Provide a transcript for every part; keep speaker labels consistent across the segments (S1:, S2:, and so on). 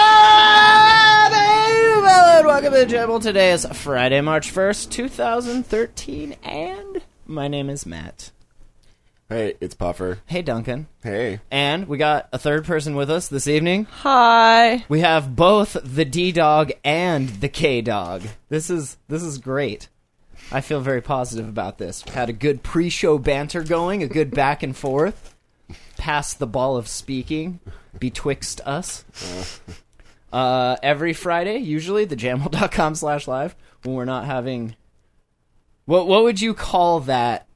S1: Good evening, and welcome to the Jibble. Today is Friday, March 1st, 2013, and my name is Matt.
S2: Hey, it's Puffer.
S1: Hey, Duncan.
S2: Hey.
S1: And we got a third person with us this evening.
S3: Hi.
S1: We have both the D Dog and the K Dog. This is this is great. I feel very positive about this. Had a good pre-show banter going, a good back and forth. Past the ball of speaking betwixt us. Uh, every Friday, usually the jamel.com slash live when we're not having. What what would you call that?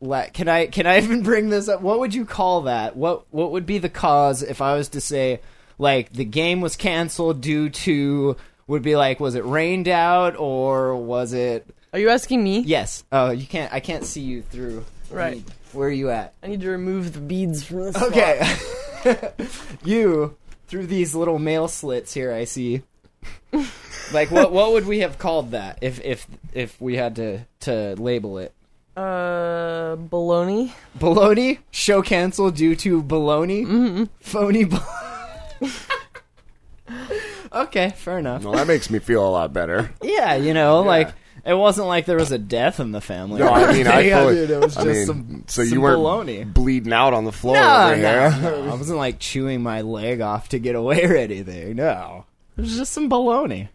S1: La- Can I can I even bring this up? What would you call that? What what would be the cause if I was to say like the game was canceled due to would be like was it rained out or was it
S3: Are you asking me?
S1: yes oh you can't I can't see you through
S3: Right.
S1: where are you at
S3: I need to remove the beads from this.
S1: okay you through these little mail slits here I see like what what would we have called that if if if we had to to label it
S3: spot. Uh, baloney.
S1: Baloney show canceled due to baloney. Phony. Bal- okay, fair enough.
S2: Well, that makes me feel a lot better.
S1: Yeah, you know, like it wasn't like there was a death in the family.
S2: No, I mean, I
S1: Yeah,
S2: fully,
S1: dude, it was
S2: I
S1: just
S2: mean,
S1: some-
S2: so
S1: some
S2: you weren't
S1: baloney.
S2: bleeding out on the floor
S1: no,
S2: over here.
S1: no, no. I wasn't like chewing my leg off to get away or anything. No, it was just some baloney.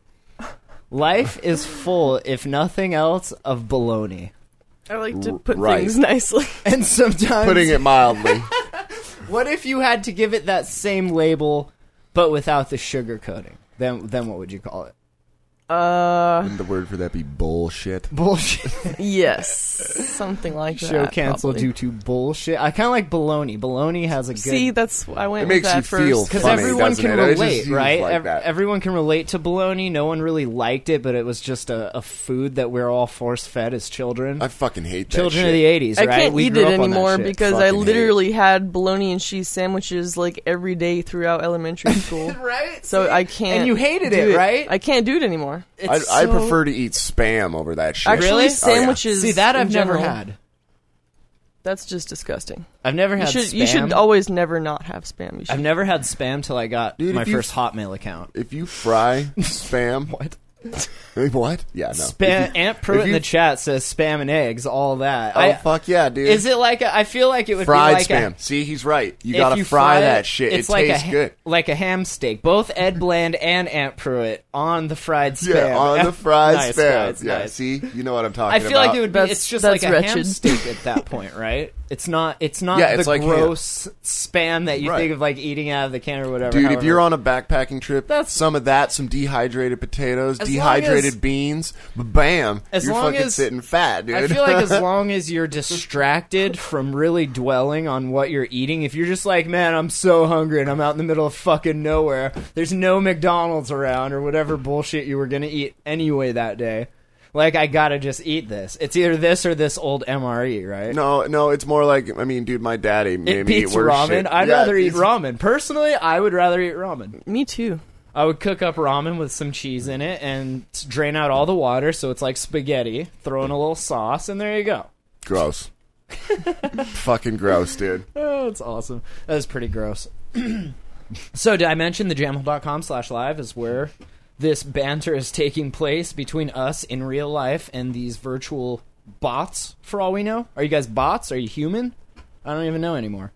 S1: Life is full, if nothing else, of baloney,
S3: I like to put
S2: right.
S3: things nicely.
S1: and sometimes
S2: Putting it mildly.
S1: What if you had to give it that same label, but without the sugar coating? Then, then what would you call it?
S3: Uh,
S2: Wouldn't the word for that be bullshit?
S1: Bullshit.
S3: yes, something like that.
S1: Show canceled
S3: probably.
S1: due to bullshit. I kind of like baloney. Baloney has a good.
S3: See, that's I went.
S2: It
S3: with
S2: makes
S3: that
S2: you
S3: first.
S2: feel
S1: because
S2: funny,
S1: everyone
S2: doesn't
S1: can
S2: it? It just
S1: relate,
S2: seems
S1: right?
S2: like
S1: Ev-
S2: that.
S1: everyone can relate to baloney. No one really liked it, but it was just a, a food that we're all force fed as children.
S2: I fucking hate that
S1: children of
S2: shit.
S1: the '80s.
S3: I
S1: right?
S3: can't
S1: We
S3: eat
S1: grew
S3: it
S1: up on that
S3: anymore
S1: shit.
S3: because I
S2: Fucking hate it.
S3: literally had bologna and cheese sandwiches like every day throughout elementary school.
S1: right.
S3: So I can't.
S1: And you hated
S3: do
S1: it, right?
S3: I can't do it anymore.
S2: I,
S1: It's
S2: I
S1: so-
S2: prefer to eat spam over that shit.
S3: Actually,
S1: Really? Oh, yeah.
S3: sandwiches.
S1: See that
S3: in
S1: I've never
S3: general,
S1: had.
S3: That's just disgusting.
S1: I've never
S3: You
S1: had.
S3: should you should
S1: spam.
S3: always never not have spam. You should
S1: I've never had spam till I got
S2: Dude,
S1: my
S2: if you-
S1: first Hotmail account.
S2: If you fry spam, what? what? Yeah, no.
S1: Spam,
S2: If you-
S1: Aunt Pruitt
S2: if
S1: in
S2: you-
S1: the chat says spam and eggs, all that.
S2: Oh
S1: I-
S2: fuck yeah, dude!
S1: Is it like a, I feel like it would
S2: fried
S1: be like
S2: spam?
S1: A,
S2: See, he's right. You
S1: if
S2: gotta
S1: you
S2: fry,
S1: it,
S2: that shit.
S1: It's
S2: it
S1: like
S2: tastes
S1: a, ha-
S2: good.
S1: like a ham steak. Both Ed Bland and Aunt Pruitt on the fried spam.
S2: Yeah, on the fried
S1: Nice,
S2: spam.
S1: guys,
S2: yeah,
S1: nice.
S2: see, you know what I'm talking
S1: I
S2: about.
S1: feel like it would be.
S3: That's-
S1: It's just like
S3: that's
S1: a ham
S3: wretched.
S1: steak at that point, right? It's not. It's not
S2: Yeah,
S1: the
S2: it's like ham.
S1: gross spam that you
S2: Right.
S1: think of, like eating out of the can or whatever.
S2: Dude, if
S1: however.
S2: you're on a backpacking trip,
S1: That's-
S2: some of that, some dehydrated potatoes,
S1: As long
S2: dehydrated
S1: as-
S2: beans, bam,
S1: As
S2: you're
S1: long
S2: fucking
S1: as-
S2: sitting fat, dude.
S1: I feel like as long as you're distracted from really dwelling on what you're eating, if you're just like, man, I'm so hungry and I'm out in the middle of fucking nowhere, there's no McDonald's around or whatever bullshit you were gonna eat anyway that day. Like I gotta just eat this. It's either this or this old MRE, right?
S2: no, no, it's more like I mean, dude, my daddy made
S1: It
S2: me
S1: beats
S2: eat worse
S1: ramen.
S2: shit.
S1: I'd
S2: Yeah,
S1: rather eat
S2: it's-
S1: ramen. Personally, I would rather eat ramen.
S3: Me too.
S1: I would cook up ramen with some cheese in it and drain out all the water so it's like spaghetti, throw in a little sauce, and there you go.
S2: Gross. fucking gross, dude.
S1: Oh, that's awesome. That is pretty gross. so did I mention the jamhole.com slash live is where this banter is taking place between us in real life and these virtual bots, for all we know? Are you guys bots? Are you human? I don't even know anymore.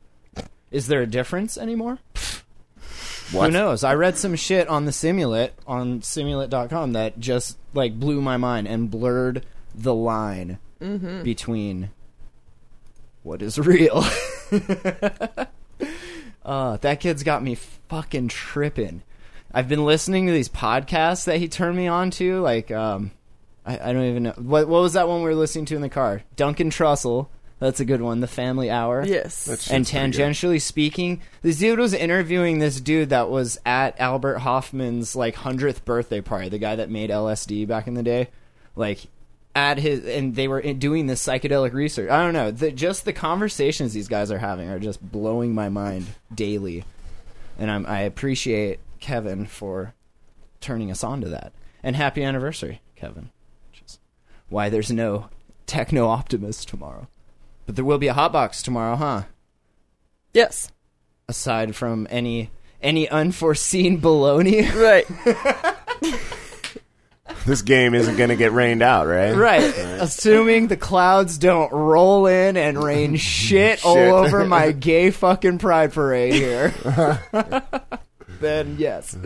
S1: Is there a difference anymore?
S2: What?
S1: Who knows? I read some shit on the Simulate on simulate.com that just like blew my mind and blurred the line between what is real. uh, that kid's got me fucking tripping. I've been listening to these podcasts that he turned me on to. Like, um, I, I don't even know what what was that one we were listening to in the car. Duncan Trussell. That's a good one. The Family Hour.
S3: Yes.
S1: and
S2: That's pretty
S1: tangentially speaking, this dude was interviewing this dude that was at Albert Hoffman's like hundredth birthday party. The guy that made LSD back in the day, like at his, and they were in- doing this psychedelic research. I don't know. The, just the conversations these guys are having are just blowing my mind daily, and I'm, I appreciate Kevin for turning us on to that. And happy anniversary, Kevin. Which is why there's no techno optimist tomorrow. But there will be a hot box tomorrow, huh?
S3: Yes.
S1: aside from any any unforeseen baloney.
S3: Right.
S2: This game isn't going to get rained out, right?
S1: right. Assuming the clouds don't roll in and rain shit, all
S2: Shit.
S1: over my gay fucking pride parade here. then yes.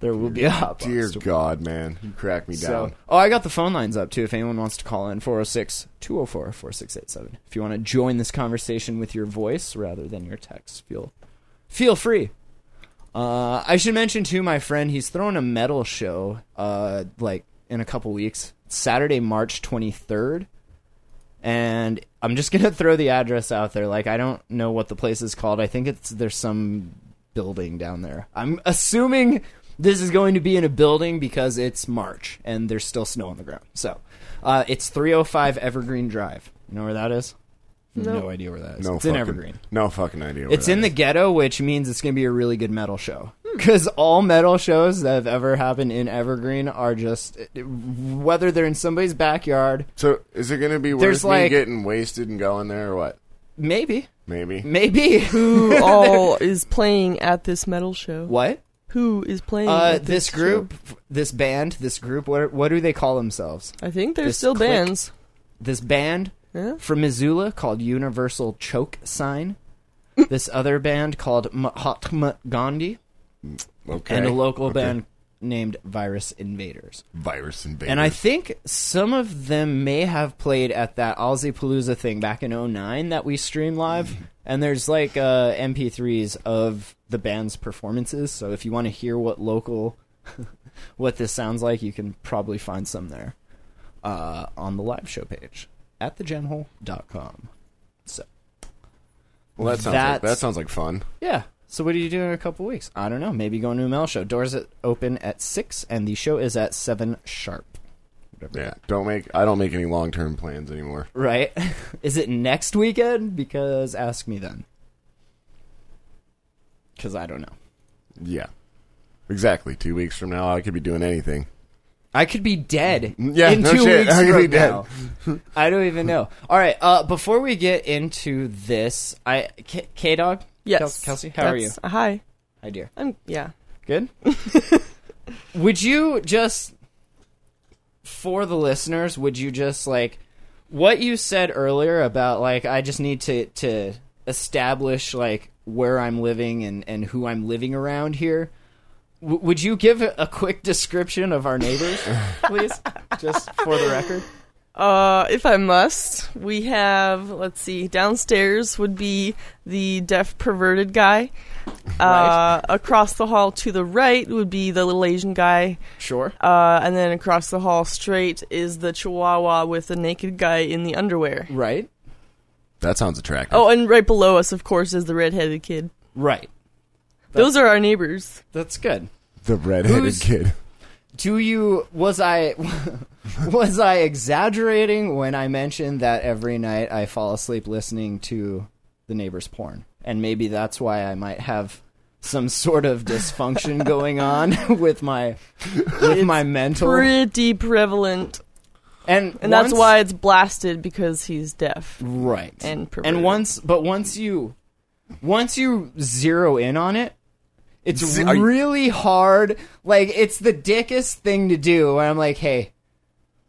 S1: There will be a hot box
S2: Mm-hmm. Dear
S1: tomorrow.
S2: God, man, you crack me
S1: So,
S2: down.
S1: oh, I got the phone lines up too. If anyone wants to call in, 406 204 4687. If you want to join this conversation with your voice rather than your text, feel feel free. Uh, I should mention too, my friend, he's throwing a metal show uh, like in a couple weeks, Saturday, March 23rd. And I'm just gonna throw the address out there. Like I don't know what the place is called. I think it's there's some building down there. I'm assuming this is going to be in a building because it's March and there's still snow on the ground. So uh, it's 305 Evergreen Drive. You know where that is? No idea where that is.
S2: no
S1: it's in
S2: fucking,
S1: Evergreen.
S2: No fucking idea.
S1: It's in the ghetto, which means it's going to be a really good metal show. Because all metal shows that have ever happened in Evergreen are just whether they're in somebody's backyard,
S2: So is it going to be
S1: There's
S2: worth me
S1: like-
S2: getting wasted and going there or what?
S1: maybe,
S2: Maybe.
S1: maybe
S3: Who all is playing at this metal show?
S1: what?
S3: Who is playing
S1: Uh,
S3: at
S1: this
S3: this
S1: group, this band, this group. What what do they call themselves?
S3: show? I think there's
S1: this
S3: still
S1: clique.
S3: bands.
S1: This band
S3: Yeah.
S1: from Missoula called Universal Choke Sign. this other band called Mahatma Gandhi,
S2: Okay.
S1: and a local
S2: Okay.
S1: band named Virus Invaders.
S2: Virus invader.
S1: And I think some of them may have played at that Aussie Palooza thing back in 09 that we streamed live. And there's like uh, MP3s of the band's performances. So if you want to hear what local, what this sounds like, you can probably find some there uh, on the live show page at thegemhole.com. So,
S2: well, that sounds like,
S1: that's-
S2: that sounds like fun.
S1: yeah. So what are you doing in a couple weeks? I don't know. Maybe going to a mail show. Doors at- open at 6 and the show is at 7 sharp.
S2: Yeah. Don't make. I don't make any long term plans anymore.
S1: Right. Is it next weekend? Because ask me then. Because I don't know.
S2: Yeah. Exactly. Two weeks from now, I could be doing anything.
S1: I could be dead
S2: Mm-hmm. Yeah,
S1: in
S2: no
S1: two
S2: shit.
S1: weeks
S2: I could
S1: from
S2: be dead.
S1: now. I don't even know. All right. Uh, before we get into this, I K Dog.
S3: Yes.
S1: Kelsey, how are you?
S3: That's- Hi.
S1: Hi, dear.
S3: I'm yeah.
S1: Good. would you just, for the listeners, would you just like what you said earlier about like I just need to to establish like where I'm living and and who I'm living around here. W- would you give a a quick description of our neighbors, please, just for the record?
S3: Uh, if I must, we have let's see. Downstairs would be the deaf perverted guy. Uh, across the hall to the right would be the little Asian guy,
S1: Sure.
S3: uh, and then across the hall straight is the Chihuahua with the naked guy in the underwear.
S1: Right.
S2: That sounds attractive.
S3: Oh, and right below us, of course, is the redheaded kid.
S1: Right.
S3: Those are our neighbors.
S1: That's good.
S2: the redheaded
S1: who's-
S2: kid.
S1: do you was i was i exaggerating when i mentioned that every night i fall asleep listening to the neighbor's porn and maybe that's why i might have some sort of dysfunction going on with my with my mental
S3: Pretty prevalent,
S1: and
S3: and that's
S1: once-
S3: why it's blasted because he's deaf.
S1: right
S3: and perverted.
S1: and once but once you once you zero in on it it's
S2: are you-
S1: really hard like it's the dickest thing to do where i'm like hey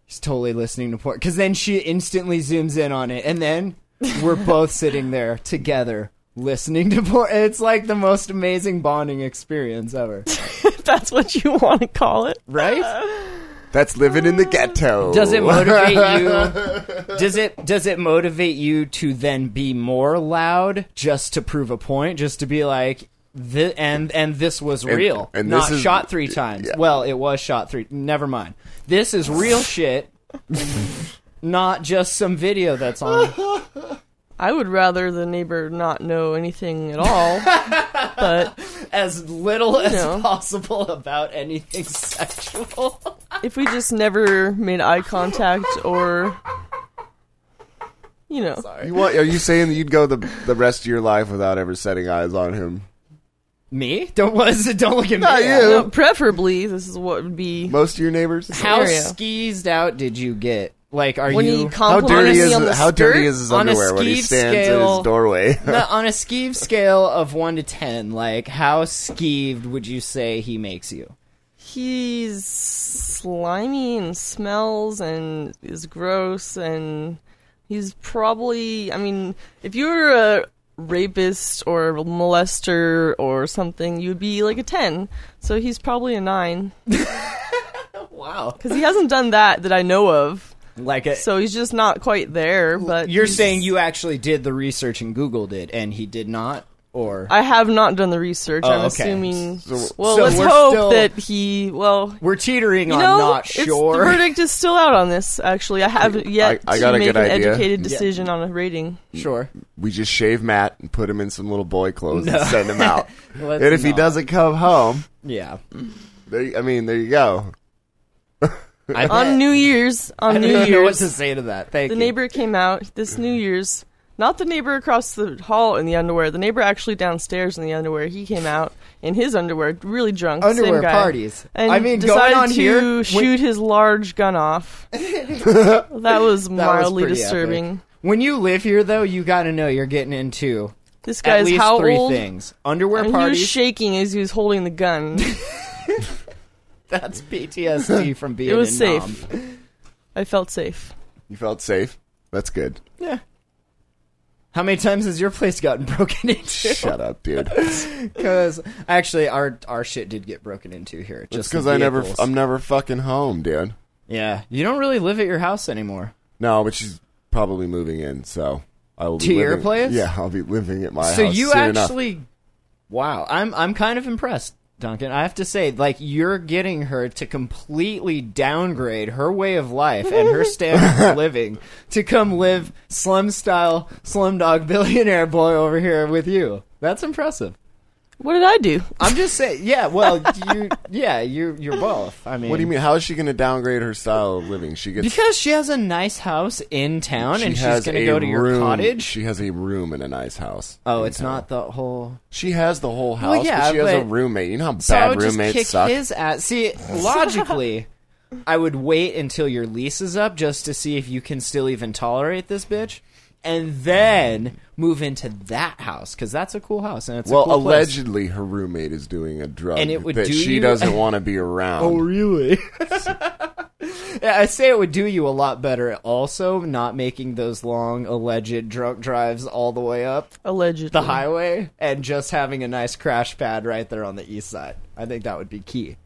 S1: he's totally listening to porn because then she instantly zooms in on it and then we're both sitting there together listening to porn it's like the most amazing bonding experience ever
S3: If that's what you want to call it.
S1: right
S2: That's living in the ghetto.
S1: does it motivate you does it does it motivate you to then be more loud just to prove a point just to be like thi- and and this was real
S2: and
S1: not
S2: this is-
S1: shot three times
S2: yeah.
S1: well it was shot three never mind this is real shit not just some video that's on
S3: I would rather the neighbor not know anything at all, but
S1: as little as
S3: know.
S1: possible about anything sexual.
S3: if we just never made eye contact or you know
S2: You want? Are you saying that you'd go the the rest of your life without ever setting eyes on him?
S1: me? Don't was don't look at
S2: Not
S1: me.
S2: you.
S3: no, preferably this is what would be
S2: Most of your neighbors.
S1: How
S3: Area.
S1: skeezed out did you get? Like, are
S3: when
S1: you?
S3: he
S2: How
S3: compliments
S2: dirty
S3: me
S2: is
S3: on the
S2: how
S3: skirt,
S2: dirty is his
S1: on a
S2: underwear when he
S1: skeeve
S2: stands in
S1: scale.
S2: his doorway?
S1: No, on a skeeve scale of one to ten, like how skeeved would you say he makes you?
S3: he's slimy and smells and is gross and he's probably i mean if you were a rapist or molester or something you'd be like a 10 so he's probably a 9
S1: Wow,
S3: because he hasn't done that that i know of
S1: like a,
S3: so he's just not quite there but
S1: you're
S3: he's-
S1: saying you actually did the research and Googled it, and he did not, or
S3: I have not done the research.
S1: Oh,
S3: I'm
S1: okay.
S3: assuming.
S2: So-
S3: well,
S1: so
S3: let's
S1: we're
S3: hope
S1: still-
S3: that he. Well,
S1: we're teetering
S3: you
S1: on
S3: know,
S1: not
S3: it's-
S1: sure.
S3: the verdict is still out on this. Actually, I haven't yet
S2: I- I got
S3: to
S2: a
S3: make
S2: good
S3: an
S2: idea.
S3: educated
S2: Yeah.
S3: decision on a rating.
S1: sure,
S2: we just shave Matt and put him in some little boy clothes and send him out.
S1: Let's
S2: and if he
S1: not.
S2: doesn't come home,
S1: yeah.
S2: there, you- I mean, there you go.
S1: I
S3: On New Year's, on
S1: don't
S3: New
S1: know what
S3: Year's,
S1: to say to that. Thank
S3: the
S1: you.
S3: neighbor came out this New Year's. Not the neighbor across the hall in the underwear. The neighbor actually downstairs in the underwear. He came out in his underwear, really drunk. same
S1: Underwear
S3: guy,
S1: parties.
S3: And
S1: I mean, going
S3: decided
S1: on
S3: to
S1: here, when-
S3: shoot his large gun off. that was
S1: That was
S3: mildly
S1: pretty
S3: disturbing.
S1: epic. When you live here, though, you got to know you're getting into
S3: This
S1: at
S3: guy's
S1: least
S3: how
S1: three
S3: old?
S1: things: underwear
S3: And he was
S1: parties.
S3: shaking as he was holding the gun.
S1: That's PTSD from being.
S3: It was
S1: in
S3: safe.
S1: Nam.
S3: I felt safe.
S2: You felt safe. That's good.
S1: Yeah. How many times has your place gotten broken into?
S2: Shut up, dude.
S1: Because actually, our our shit did get broken into here.
S2: Just
S1: Just
S2: because
S1: the
S2: I never,
S1: vehicles.
S2: I'm never fucking home, dude.
S1: yeah, you don't really live at your house anymore.
S2: No, but she's probably moving in, so I will be
S1: To your
S2: living-
S1: place?
S2: Yeah, I'll be living at my
S1: So
S2: house.
S1: you
S2: soon enough.
S1: actually, wow, I'm I'm kind of impressed, Duncan. I have to say, like you're getting her to completely downgrade her way of life and her standards of living to come live slum style slumdog billionaire boy over here with you. That's impressive.
S3: What did I do?
S1: I'm just saying, yeah. Well, you, yeah, you, you're both. I mean,
S2: What do you mean? How is she going to downgrade her style of living? She gets
S1: Because she has a nice house in town,
S2: she
S1: and she's
S2: has
S1: going to
S2: a
S1: go to your
S2: room-
S1: cottage.
S2: She has a room in a nice house.
S1: oh,
S2: in
S1: it's
S2: town.
S1: not the whole.
S2: She has the whole house,
S1: Well, yeah,
S2: but she has a
S1: but-
S2: roommate. You know how
S1: So I
S2: bad
S1: would just kick
S2: roommates suck.
S1: his ass. See, logically, I would wait until your lease is up just to see if you can still even tolerate this bitch, and then move into that house because that's a cool house and it's
S2: well,
S1: a cool place.
S2: allegedly, her roommate is doing a drug
S1: And it would
S2: that
S1: do
S2: she
S1: you- Oh,
S2: doesn't want to be around.
S1: really? yeah, I say it would do you a lot better. Also, not making those long alleged drunk drives all the way up
S3: Allegedly.
S1: the highway and just having a nice crash pad right there on the east side. I think that would be key.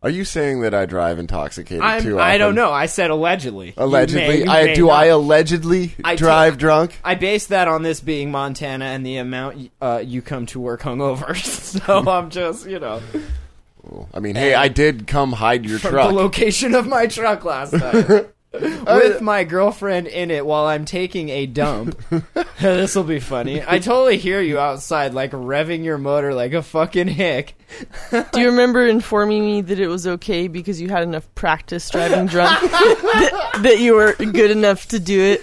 S2: Are you saying that I drive intoxicated
S1: I'm,
S2: too often?
S1: I don't know. I said allegedly. You may-
S2: Allegedly,
S1: you
S2: I
S1: may
S2: do.
S1: not.
S2: I allegedly
S1: I
S2: drive
S1: take-
S2: drunk.
S1: I base that on this being Montana and the amount uh, you come to work hungover. so I'm just, you know,
S2: I mean, hey, I did come hide your
S1: from
S2: truck.
S1: the location of my truck last night. With my girlfriend in it while I'm taking a dump. this will be funny. I totally hear you outside, like revving your motor like a fucking hick.
S3: Do you remember informing me that it was okay because you had enough practice driving drunk? that, that you were good enough to do it?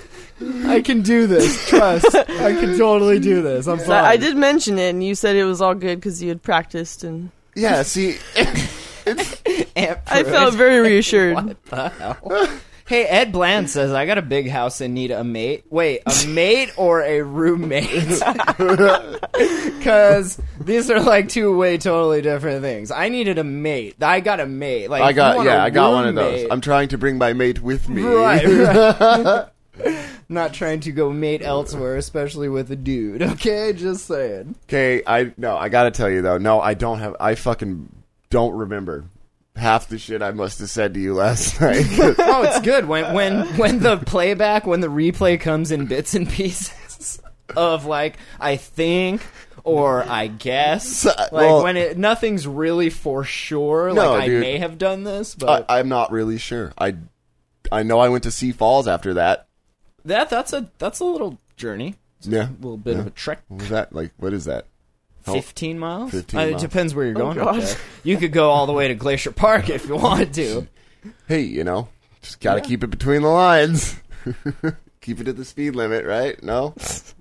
S1: I can do this. Trust. I can totally do this. I'm
S3: So I, I did mention it, and you said it was all good because you had practiced, and
S2: yeah, see,
S3: I felt very reassured.
S1: Hey, Ed Bland says I got a big house and need a mate. Wait, a mate or a roommate? Because these are like two way totally different things. I needed a mate. I got a mate. Like
S2: I
S1: if you
S2: got
S1: want
S2: yeah,
S1: a
S2: I got one of
S1: roommate-
S2: those. I'm trying to bring my mate with me.
S1: right. right. Not trying to go mate elsewhere, especially with a dude. Okay, just saying.
S2: Okay, I no, I gotta tell you though. No, I don't have. I fucking don't remember half the shit I must have said to you last night.
S1: Oh, it's good when when when the playback, when the replay comes in bits and pieces of like I think or I guess, like
S2: well-
S1: when it nothing's really for sure.
S2: No,
S1: like I
S2: dude. Uh,
S1: may have done this,
S2: I,
S1: but
S2: I'm not really sure. I I know I went to Sea Falls after that.
S1: that that's a that's a little journey.
S2: Yeah.
S1: A little bit
S2: yeah.
S1: of a trek.
S2: What was that like? What is that? How-
S1: 15 miles?
S2: 15
S1: Uh,
S2: miles.
S1: It depends where you're going. up
S3: God.
S1: there. You could go all the way to Glacier Park if you wanted to.
S2: Hey, you know, just gotta keep it between the lines. keep it at the speed limit, right? No.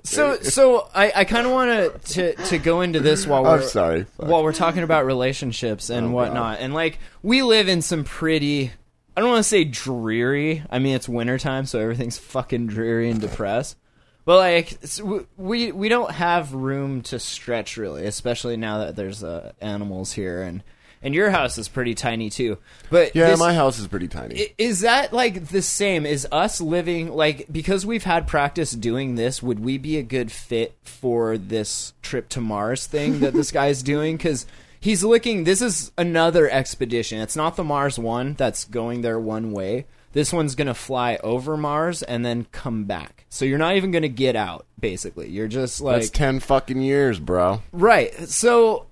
S1: So, so I, I kind of want to to go into this while
S2: I'm
S1: we're
S2: Oh, sorry. Fuck. Oh,
S1: while we're talking about relationships and whatnot, and like we live in some pretty. I don't want to say dreary. I mean, it's wintertime, so everything's fucking dreary and depressed. But like, s- w- we we don't have room to stretch really, especially now that there's uh, animals here, and and your house is pretty tiny too. But
S2: yeah,
S1: this-
S2: my house is pretty tiny.
S1: I- Is that like the same? Is us living like because we've had practice doing this? Would we be a good fit for this trip to Mars thing that this guy's doing? Because he's looking. This is another expedition. It's not the Mars one that's going there one way. This one's gonna fly over Mars and then come back. So you're not even gonna get out. Basically, you're just like
S2: That's ten fucking years, bro.
S1: Right. So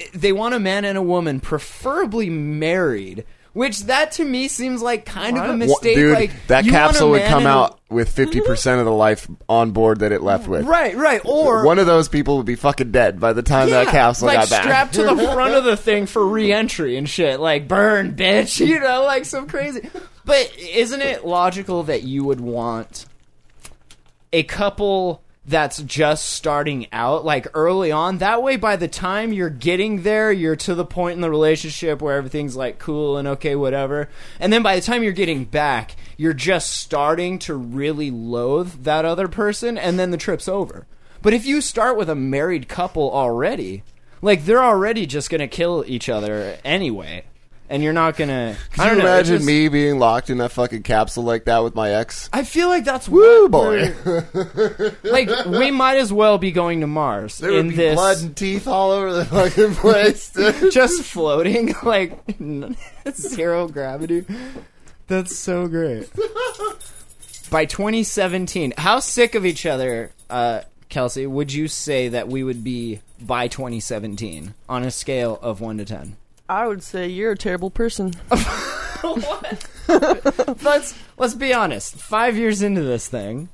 S1: i- they want a man and a woman, preferably married. Which that to me seems like kind of a
S2: Wha-
S1: mistake.
S2: Dude,
S1: like
S2: that
S1: you want a
S2: capsule would
S1: man
S2: come
S1: and a-
S2: out with fifty percent of the life on board that it left with.
S1: Right, right. Or
S2: One of those people would be fucking dead by the time
S1: yeah,
S2: that capsule
S1: like
S2: got back.
S1: strapped to the front of the thing for reentry and shit. Like burn, bitch. You know, like some crazy. But isn't it logical that you would want a couple that's just starting out like early on that way by the time you're getting there you're to the point in the relationship where everything's like cool and okay whatever and then by the time you're getting back you're just starting to really loathe that other person and then the trip's over but if you start with a married couple already like they're already just gonna kill each other anyway and you're not gonna i
S2: Could
S1: don't
S2: you
S1: know, it
S2: imagine
S1: just-
S2: me being locked in that fucking capsule like that with my ex?
S1: i feel like that's
S2: Woo,
S1: what
S2: boy.
S1: we're- like we might as well be going to Mars
S2: There
S1: in
S2: would be
S1: this,
S2: blood and teeth all over the fucking place. dude.
S1: just floating like zero gravity. That's so great. By 2017, how sick of each other, uh, Kelsey? Would you say that we would be by 2017 on a scale of one to ten?
S3: I would say you're a terrible person.
S1: let's let's be honest. Five years into this thing,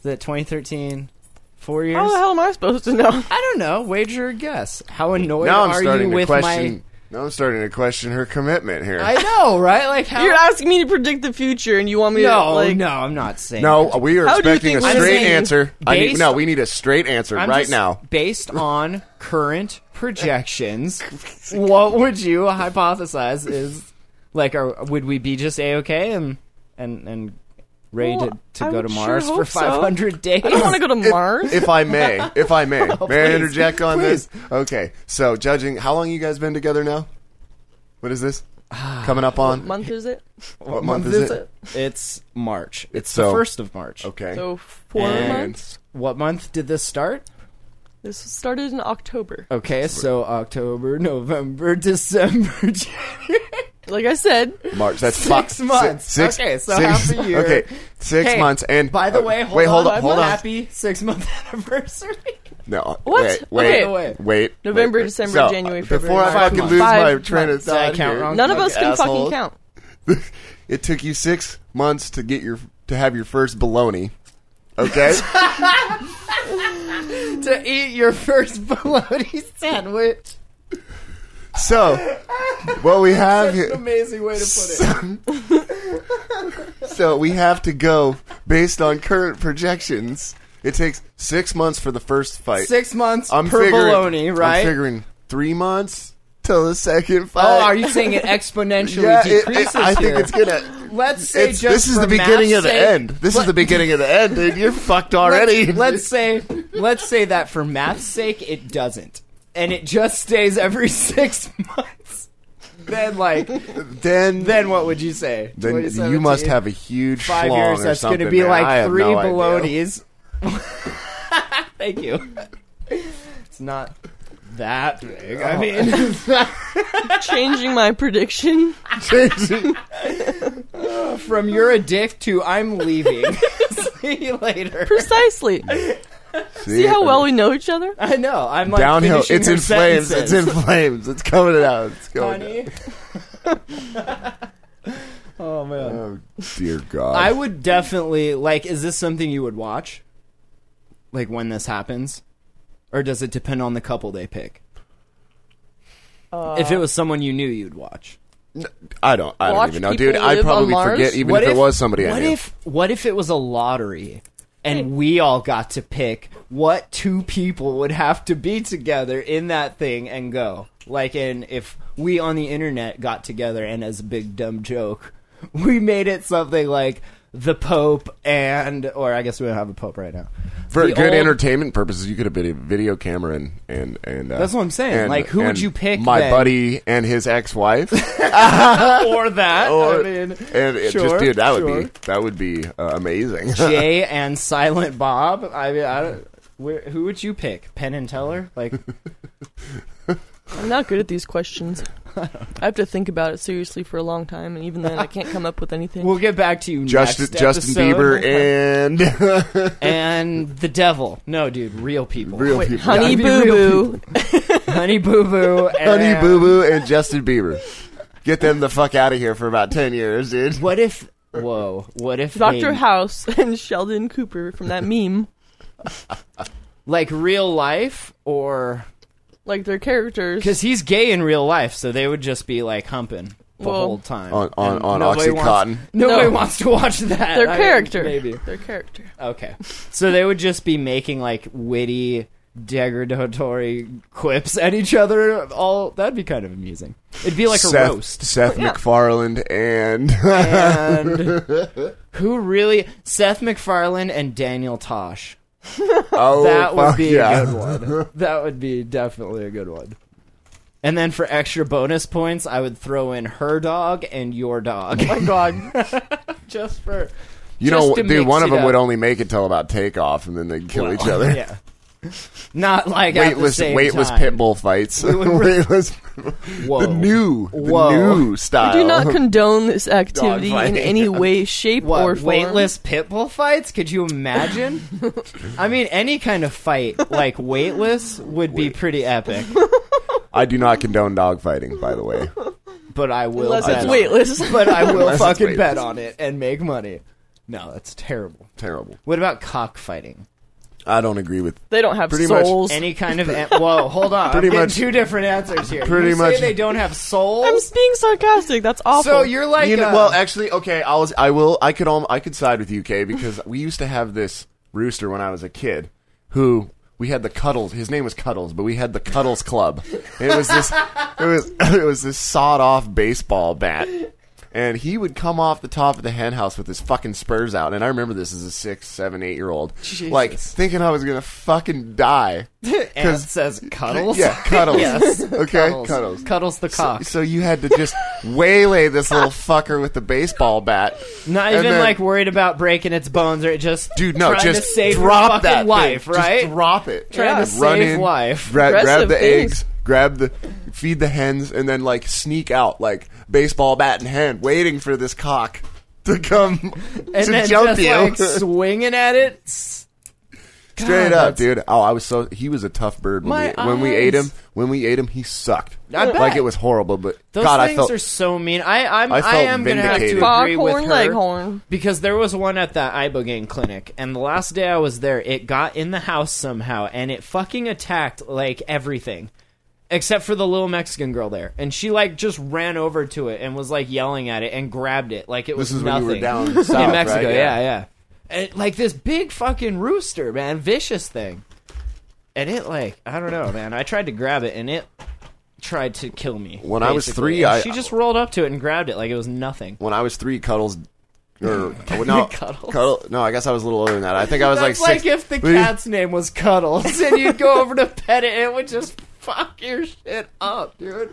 S1: is it 2013? Four years?
S3: How the hell am I supposed to know?
S1: I don't know. Wager a guess. How annoyed
S2: now I'm
S1: are
S2: starting
S1: you
S2: to
S1: with my?
S2: question. Now I'm starting to question her commitment here.
S1: I know, right? Like how?
S3: You're asking me to predict the future, and you want me to
S1: no,
S3: like
S1: no, I'm not saying.
S2: no, we are
S3: How do you
S2: expecting a
S3: think we're
S2: straight
S3: saying-
S2: answer. I need,
S1: Based-
S2: no, we need a straight answer
S1: I'm
S2: right
S1: just-
S2: now.
S1: Based on current projections, what would you hypothesize is like? Are, would we be just a okay and and and ready
S3: Well,
S1: to,
S3: I
S1: to go
S3: would
S1: to
S3: sure
S1: Mars for
S3: hope so.
S1: 500 days?
S3: I don't want to go to Mars.
S2: If I may, if I may, may I
S1: Oh, please,
S2: interject on this? Okay, so judging, how long you guys been together now? What is this? Coming up on
S3: month is it?
S2: what month is it?
S1: It's March. It's
S2: so-
S1: the first of March.
S2: Okay,
S3: So four
S1: And-
S3: months.
S1: What month did this start?
S3: This started in October.
S1: Okay, so October, November, December, January.
S3: Like I said,
S2: March. That's
S1: Six
S2: fi-
S1: months.
S2: Six,
S1: Okay, so
S2: six-
S1: half a year.
S2: Okay, six
S1: Hey,
S2: months. And
S1: by the
S2: uh,
S1: way, hold
S2: wait,
S1: on,
S2: hold on,
S1: I'm
S2: hold on.
S1: Happy six month anniversary.
S2: No, uh,
S3: What?
S2: Wait, wait,
S3: Okay.
S2: wait, wait.
S3: November,
S2: wait.
S3: December,
S2: So, uh,
S3: January,
S2: Before
S3: February,
S2: I
S3: March.
S2: fucking
S3: Five
S2: lose my
S3: months.
S2: train of
S1: Did I
S2: thought
S1: count
S2: here,
S1: wrong?
S3: none of
S2: fuck
S3: us can fucking
S2: asshole.
S3: count.
S2: It took you six months to get your to have your first baloney. Okay,
S1: to eat your first bologna sandwich.
S2: so what we have here.
S1: Amazing way to put it.
S2: So we have to go based on current projections. It takes six months for the first fight.
S1: Six months
S2: I'm
S1: per
S2: figuring,
S1: bologna, right?
S2: I'm figuring three months till the second fight.
S1: oh, are you saying it exponentially
S2: Yeah, it- it-
S1: decreases
S2: I think
S1: here?
S2: it's gonna.
S1: Let's say
S2: It's,
S1: just
S2: this is
S1: for
S2: the beginning
S1: math's
S2: of the
S1: sake-
S2: end. This is
S1: let-
S2: the beginning of the end, dude. You're fucked already.
S1: Let's, let's say let's say that for math's sake it doesn't, and it just stays every six months. Then like
S2: then
S1: then what would you say?
S2: then you must
S1: 2017?
S2: have a huge
S1: five
S2: schlong
S1: years.
S2: or
S1: That's
S2: something,
S1: going to be
S2: man. I
S1: like
S2: have
S1: three
S2: no idea.
S1: balonies. Thank you. It's not that big. I mean,
S3: Changing my prediction.
S1: from you're a dick to I'm leaving. See you later.
S3: Precisely.
S2: See,
S3: See how well we know each other?
S1: I know. I'm like
S2: downhill.
S1: finishing
S2: It's
S1: her
S2: in flames.
S1: sentences.
S2: It's in flames. It's coming out. It's going. Out.
S1: Honey. oh man.
S2: Oh dear God.
S1: I would definitely like. Is this something you would watch? like when this happens, or does it depend on the couple they pick? if it was someone you knew, you'd watch.
S2: I don't. I don't
S3: Watch
S2: even know,
S3: people
S2: dude. I
S3: live on
S2: probably
S3: Mars?
S2: forget even
S1: What
S2: if,
S1: if-
S2: it was somebody I
S1: What
S2: knew.
S1: if what if it was a lottery and we all got to pick what two people would have to be together in that thing and go? Like in if we on the internet got together and as a big dumb joke, we made it something like the Pope and or I guess we don't have a Pope right now.
S2: for
S1: The
S2: good
S1: old-
S2: entertainment purposes, you could have been a video camera and and and. Uh,
S1: That's what I'm saying.
S2: and-
S1: Like, who would
S2: and
S1: you pick
S2: My
S1: then?
S2: buddy and his ex-wife.
S1: or that.
S2: or,
S1: I mean,
S2: Oh, and it
S1: sure,
S2: just dude, that
S1: sure.
S2: would be that would be uh, amazing.
S1: Jay and Silent Bob. I mean, I don't. Where, who would you pick? Penn and Teller? Like,
S3: I'm not good at these questions. I have to think about it seriously for a long time, and even then, I can't come up with anything.
S1: we'll get back to you.
S2: Justin
S1: next
S2: Justin
S1: episode.
S2: Bieber and
S1: and the devil. No, dude, real people.
S2: real
S3: Wait,
S2: people.
S1: Gotta
S3: Honey
S1: be
S3: Boo
S1: real
S3: Boo.
S1: Honey Boo Boo.
S2: Honey
S1: and-
S2: Boo Boo and Justin Bieber. Get them the fuck out of here for about ten years, dude.
S1: What if? Whoa. What if
S3: Dr.
S1: they-
S3: House and Sheldon Cooper from that meme.
S1: like real life or
S3: Like their characters.
S1: because he's gay in real life, so they would just be like humping the
S3: Well-
S1: whole time
S2: On on,
S1: And
S2: on
S1: nobody wants-
S2: OxyContin.
S1: Nobody
S3: No.
S1: wants to watch that.
S3: their
S1: I mean,
S3: character.
S1: maybe.
S3: Their character.
S1: Okay. So they would just be making like witty, degradatory quips at each other. All that'd be kind of amusing. It'd be like
S2: Seth,
S1: a roast.
S2: Seth MacFarlane and
S1: And who really? Seth MacFarlane and Daniel Tosh.
S2: oh,
S1: That would
S2: fuck
S1: be
S2: yeah.
S1: a good one. That would be definitely a good one. And then for extra bonus points, I would throw in her dog and your dog. Oh my god! just for
S2: You
S1: Just
S2: know,
S1: to
S2: dude,
S1: mix
S2: one
S1: it
S2: of them
S1: up.
S2: would only make it till about takeoff, and then they'd kill each other.
S1: yeah. Not like at the
S2: Weightless,
S1: same
S2: weightless
S1: time.
S2: pit bull fights.
S1: would-
S2: weightless,
S1: Whoa.
S2: the new, the
S1: Whoa.
S2: new style.
S3: Do not condone this activity in
S2: fighting.
S3: any way, shape,
S1: What
S3: or form.
S1: weightless pit bull fights? Could you imagine? I mean, any kind of fight like weightless would be pretty epic.
S2: I do not condone dog fighting. By the way,
S1: But I will.
S3: Unless
S1: bet
S3: it's
S1: on-
S3: weightless.
S1: But I will
S2: Unless it's
S1: fucking bet
S2: weightless.
S1: on it and make money. No, that's terrible.
S2: terrible.
S1: What about cockfighting?
S2: I don't agree with.
S3: they don't have
S2: Pretty much
S3: souls.
S1: Any kind of an- whoa? Hold on.
S2: Pretty
S1: I'm getting
S2: much-
S1: two different answers here.
S2: pretty
S1: you
S2: much-
S1: say they don't have
S3: I'm
S1: souls.
S3: being sarcastic. That's awful.
S1: so you're like,
S2: You know-
S1: uh,
S2: well, actually, okay. I was, I will, I could, al- I could side with you, Kay, because we used to have this rooster when I was a kid, who we had the cuddles. His name was Cuddles, but we had the Cuddles Club. And it was this, it was, it was this sawed off baseball bat, and he would come off the top of the hen house with his fucking spurs out. And I remember this as a six, seven, eight year old, like thinking I was gonna fucking die.
S1: and it says cuddles.
S2: eh, Yeah, cuddles.
S1: Yes.
S2: Okay,
S1: cuddles.
S2: cuddles.
S1: Cuddles the cock.
S2: So you had to just waylay this little fucker with the baseball bat.
S1: Not
S2: And
S1: even
S2: then-
S1: like worried about breaking its bones or just
S2: dude. No,
S1: trying
S2: just
S1: to save
S2: drop
S1: your fucking
S2: that thing.
S1: life,
S2: Just
S1: right?
S2: drop it.
S1: Trying to
S2: Run
S1: save
S2: in,
S1: life.
S2: Gra- grab
S3: Aggressive
S2: the
S3: things.
S2: eggs. Grab the feed the hens, and then like sneak out like baseball bat in hand, waiting for this cock to come
S1: and
S2: to
S1: then
S2: jump
S1: just
S2: you.
S1: like swinging at it. S-
S2: Straight
S1: God,
S2: up,
S1: that's-
S2: dude. Oh, I was so he was a tough bird
S1: My
S2: when we, when we ate
S1: eyes.
S2: him. When we ate him, he sucked.
S1: I bet.
S2: Like it was horrible, but
S1: Those
S2: God,
S1: things
S2: I felt
S1: are so mean. I I'm,
S2: I
S1: I,
S2: felt
S1: am gonna have to
S2: vindicated.
S1: agree with
S3: Foghorn
S1: her
S3: Leghorn.
S1: because there was one at that ibogaine clinic, and the last day I was there, it got in the house somehow, and it fucking attacked like everything. Except for the little Mexican girl there, and she like just ran over to it and was like yelling at it and grabbed it like it
S2: This
S1: was
S2: is when
S1: nothing.
S2: you were down south,
S1: in Mexico.
S2: right?
S1: Yeah, yeah. And, like this big fucking rooster, man, vicious thing. And it like I don't know, man. I tried to grab it, and it tried to kill me.
S2: When I was
S1: basically.
S2: three,
S1: And
S2: I-
S1: she just rolled up to it and grabbed it like it was nothing.
S2: when I was three, cuddles. Or, well, no,
S1: Cuddles.
S2: cuddle, no, I guess I was a little older than that. I think I was
S1: That's
S2: like
S1: like,
S2: six.
S1: if the
S2: we-
S1: cat's name was Cuddles, and you'd go over to pet it, it would just fuck your shit up, dude.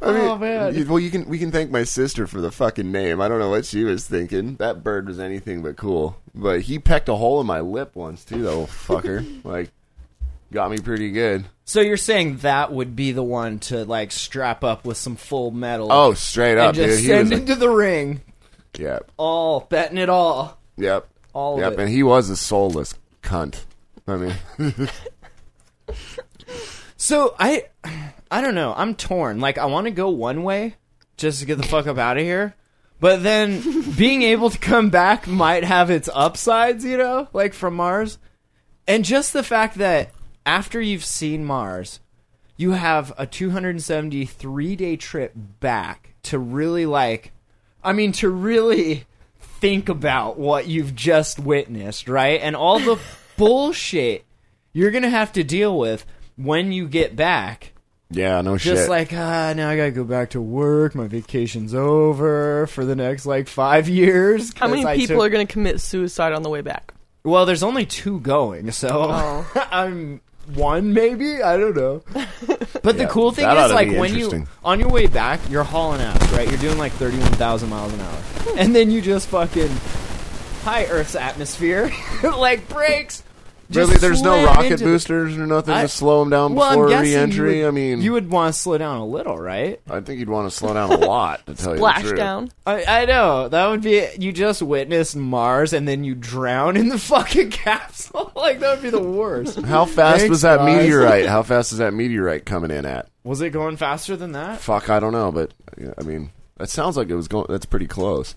S2: I mean,
S1: oh man.
S2: you- Well, you can we can thank my sister for the fucking name. I don't know what she was thinking. That bird was anything but cool. But he pecked a hole in my lip once too, though, fucker. like, got me pretty good.
S1: so you're saying that would be the one to like strap up with some full metal?
S2: Oh, straight
S1: and
S2: up, dude.
S1: just
S2: He
S1: send
S2: was,
S1: into the ring,
S2: yep,
S1: all betting it all.
S2: yep,
S1: All of
S2: yep.
S1: it.
S2: And he was a soulless cunt. I mean,
S1: So I, I don't know. I'm torn. Like I want to go one way, just to get the fuck up out of here. But then being able to come back might have its upsides, you know, like from Mars. And just the fact that after you've seen Mars, you have a 273 day trip back to really like, I mean, to really think about what you've just witnessed, right? And all the bullshit you're going to have to deal with when you get back.
S2: Yeah, no shit.
S1: Just like, ah, now I gotta go back to work. My vacation's over for the next like five years.
S3: How many people are going to commit suicide on the way back?
S1: Well, there's only two going, so
S3: Oh.
S1: I'm one maybe. I don't know. But the cool thing
S2: that ought
S1: is,
S2: to
S1: like,
S2: be
S1: when you
S2: interesting.
S1: on your way back, you're hauling out, right? You're doing like 31,000 miles an hour,
S3: Hmm.
S1: and then you just fucking high Earth's atmosphere, like brakes. just
S2: really, there's no
S1: slam
S2: rocket
S1: into the-
S2: boosters or nothing
S1: I-
S2: to slow them down
S1: Well, I'm
S2: before
S1: guessing you
S2: re-entry.
S1: would-
S2: I mean,
S1: you would want to slow down a little, right?
S2: I think you'd want to slow down a lot to tell you the
S3: Flash
S2: truth.
S3: down.
S1: I, I know that would be you just witnessed Mars and then you drown in the fucking capsule. like that would be the worst.
S2: How fast
S1: Thanks,
S2: was that
S1: guys.
S2: meteorite? How fast is that meteorite coming in at?
S1: Was it going faster than that?
S2: Fuck, I don't know, but yeah, I mean, that sounds like it was going. That's pretty close.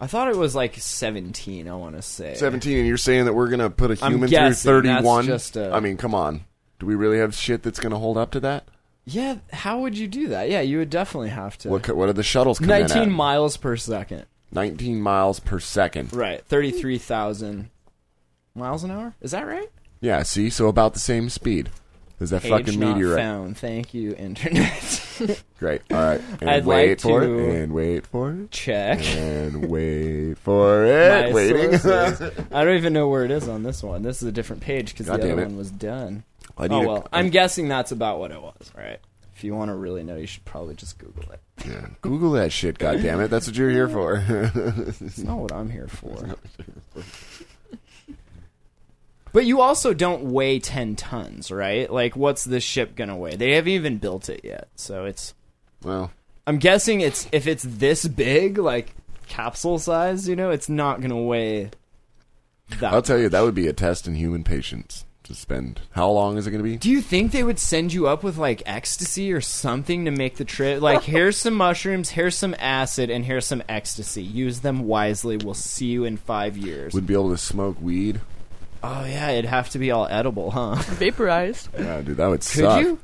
S1: I thought it was like 17. I want to say
S2: Seventeen, and you're saying that we're gonna put a
S1: I'm
S2: human through
S1: guessing
S2: thirty-one?
S1: that's just a-
S2: I mean, come on. Do we really have shit that's gonna hold up to that?
S1: Yeah, how would you do that? Yeah, you would definitely have to.
S2: What co- what are the shuttles coming in
S1: 19
S2: at?
S1: miles per second.
S2: Nineteen miles per second.
S1: Right, 33,000 miles an hour. Is that right?
S2: Yeah, see, so about the same speed as that
S1: Age
S2: fucking
S1: not
S2: meteorite.
S1: found. Thank you, internet.
S2: Great. All right. And
S1: I'd
S2: wait
S1: like
S2: for
S1: to-
S2: it. And wait for it.
S1: Check.
S2: And wait for it.
S1: My
S2: Waiting.
S1: sources. I don't even know where it is on this one. This is a different page because the
S2: God damn
S1: other
S2: it.
S1: one was done.
S2: I need
S1: Oh
S2: a-
S1: well, I'm guessing that's about what it was, right? If you want to really know, you should probably just Google it.
S2: Google that shit, goddammit. That's what you're here for.
S1: It's not what I'm here for. But you also don't weigh 10 tons, right? Like, what's this ship gonna weigh? They haven't even built it yet, so it's.
S2: well,
S1: I'm guessing it's if it's this big, like capsule size, you know, it's not gonna weigh that.
S2: I'll tell you, that would be a test in human patience to spend. How long is it going to be?
S1: Do you think they would send you up with like ecstasy or something to make the trip? Like, here's some mushrooms, here's some acid, and here's some ecstasy. Use them wisely. We'll see you in five years.
S2: Would be able to smoke weed?
S1: Oh yeah, it'd have to be all edible, huh?
S3: Vaporized.
S2: Yeah, dude, that would
S1: Could
S2: suck.
S1: you?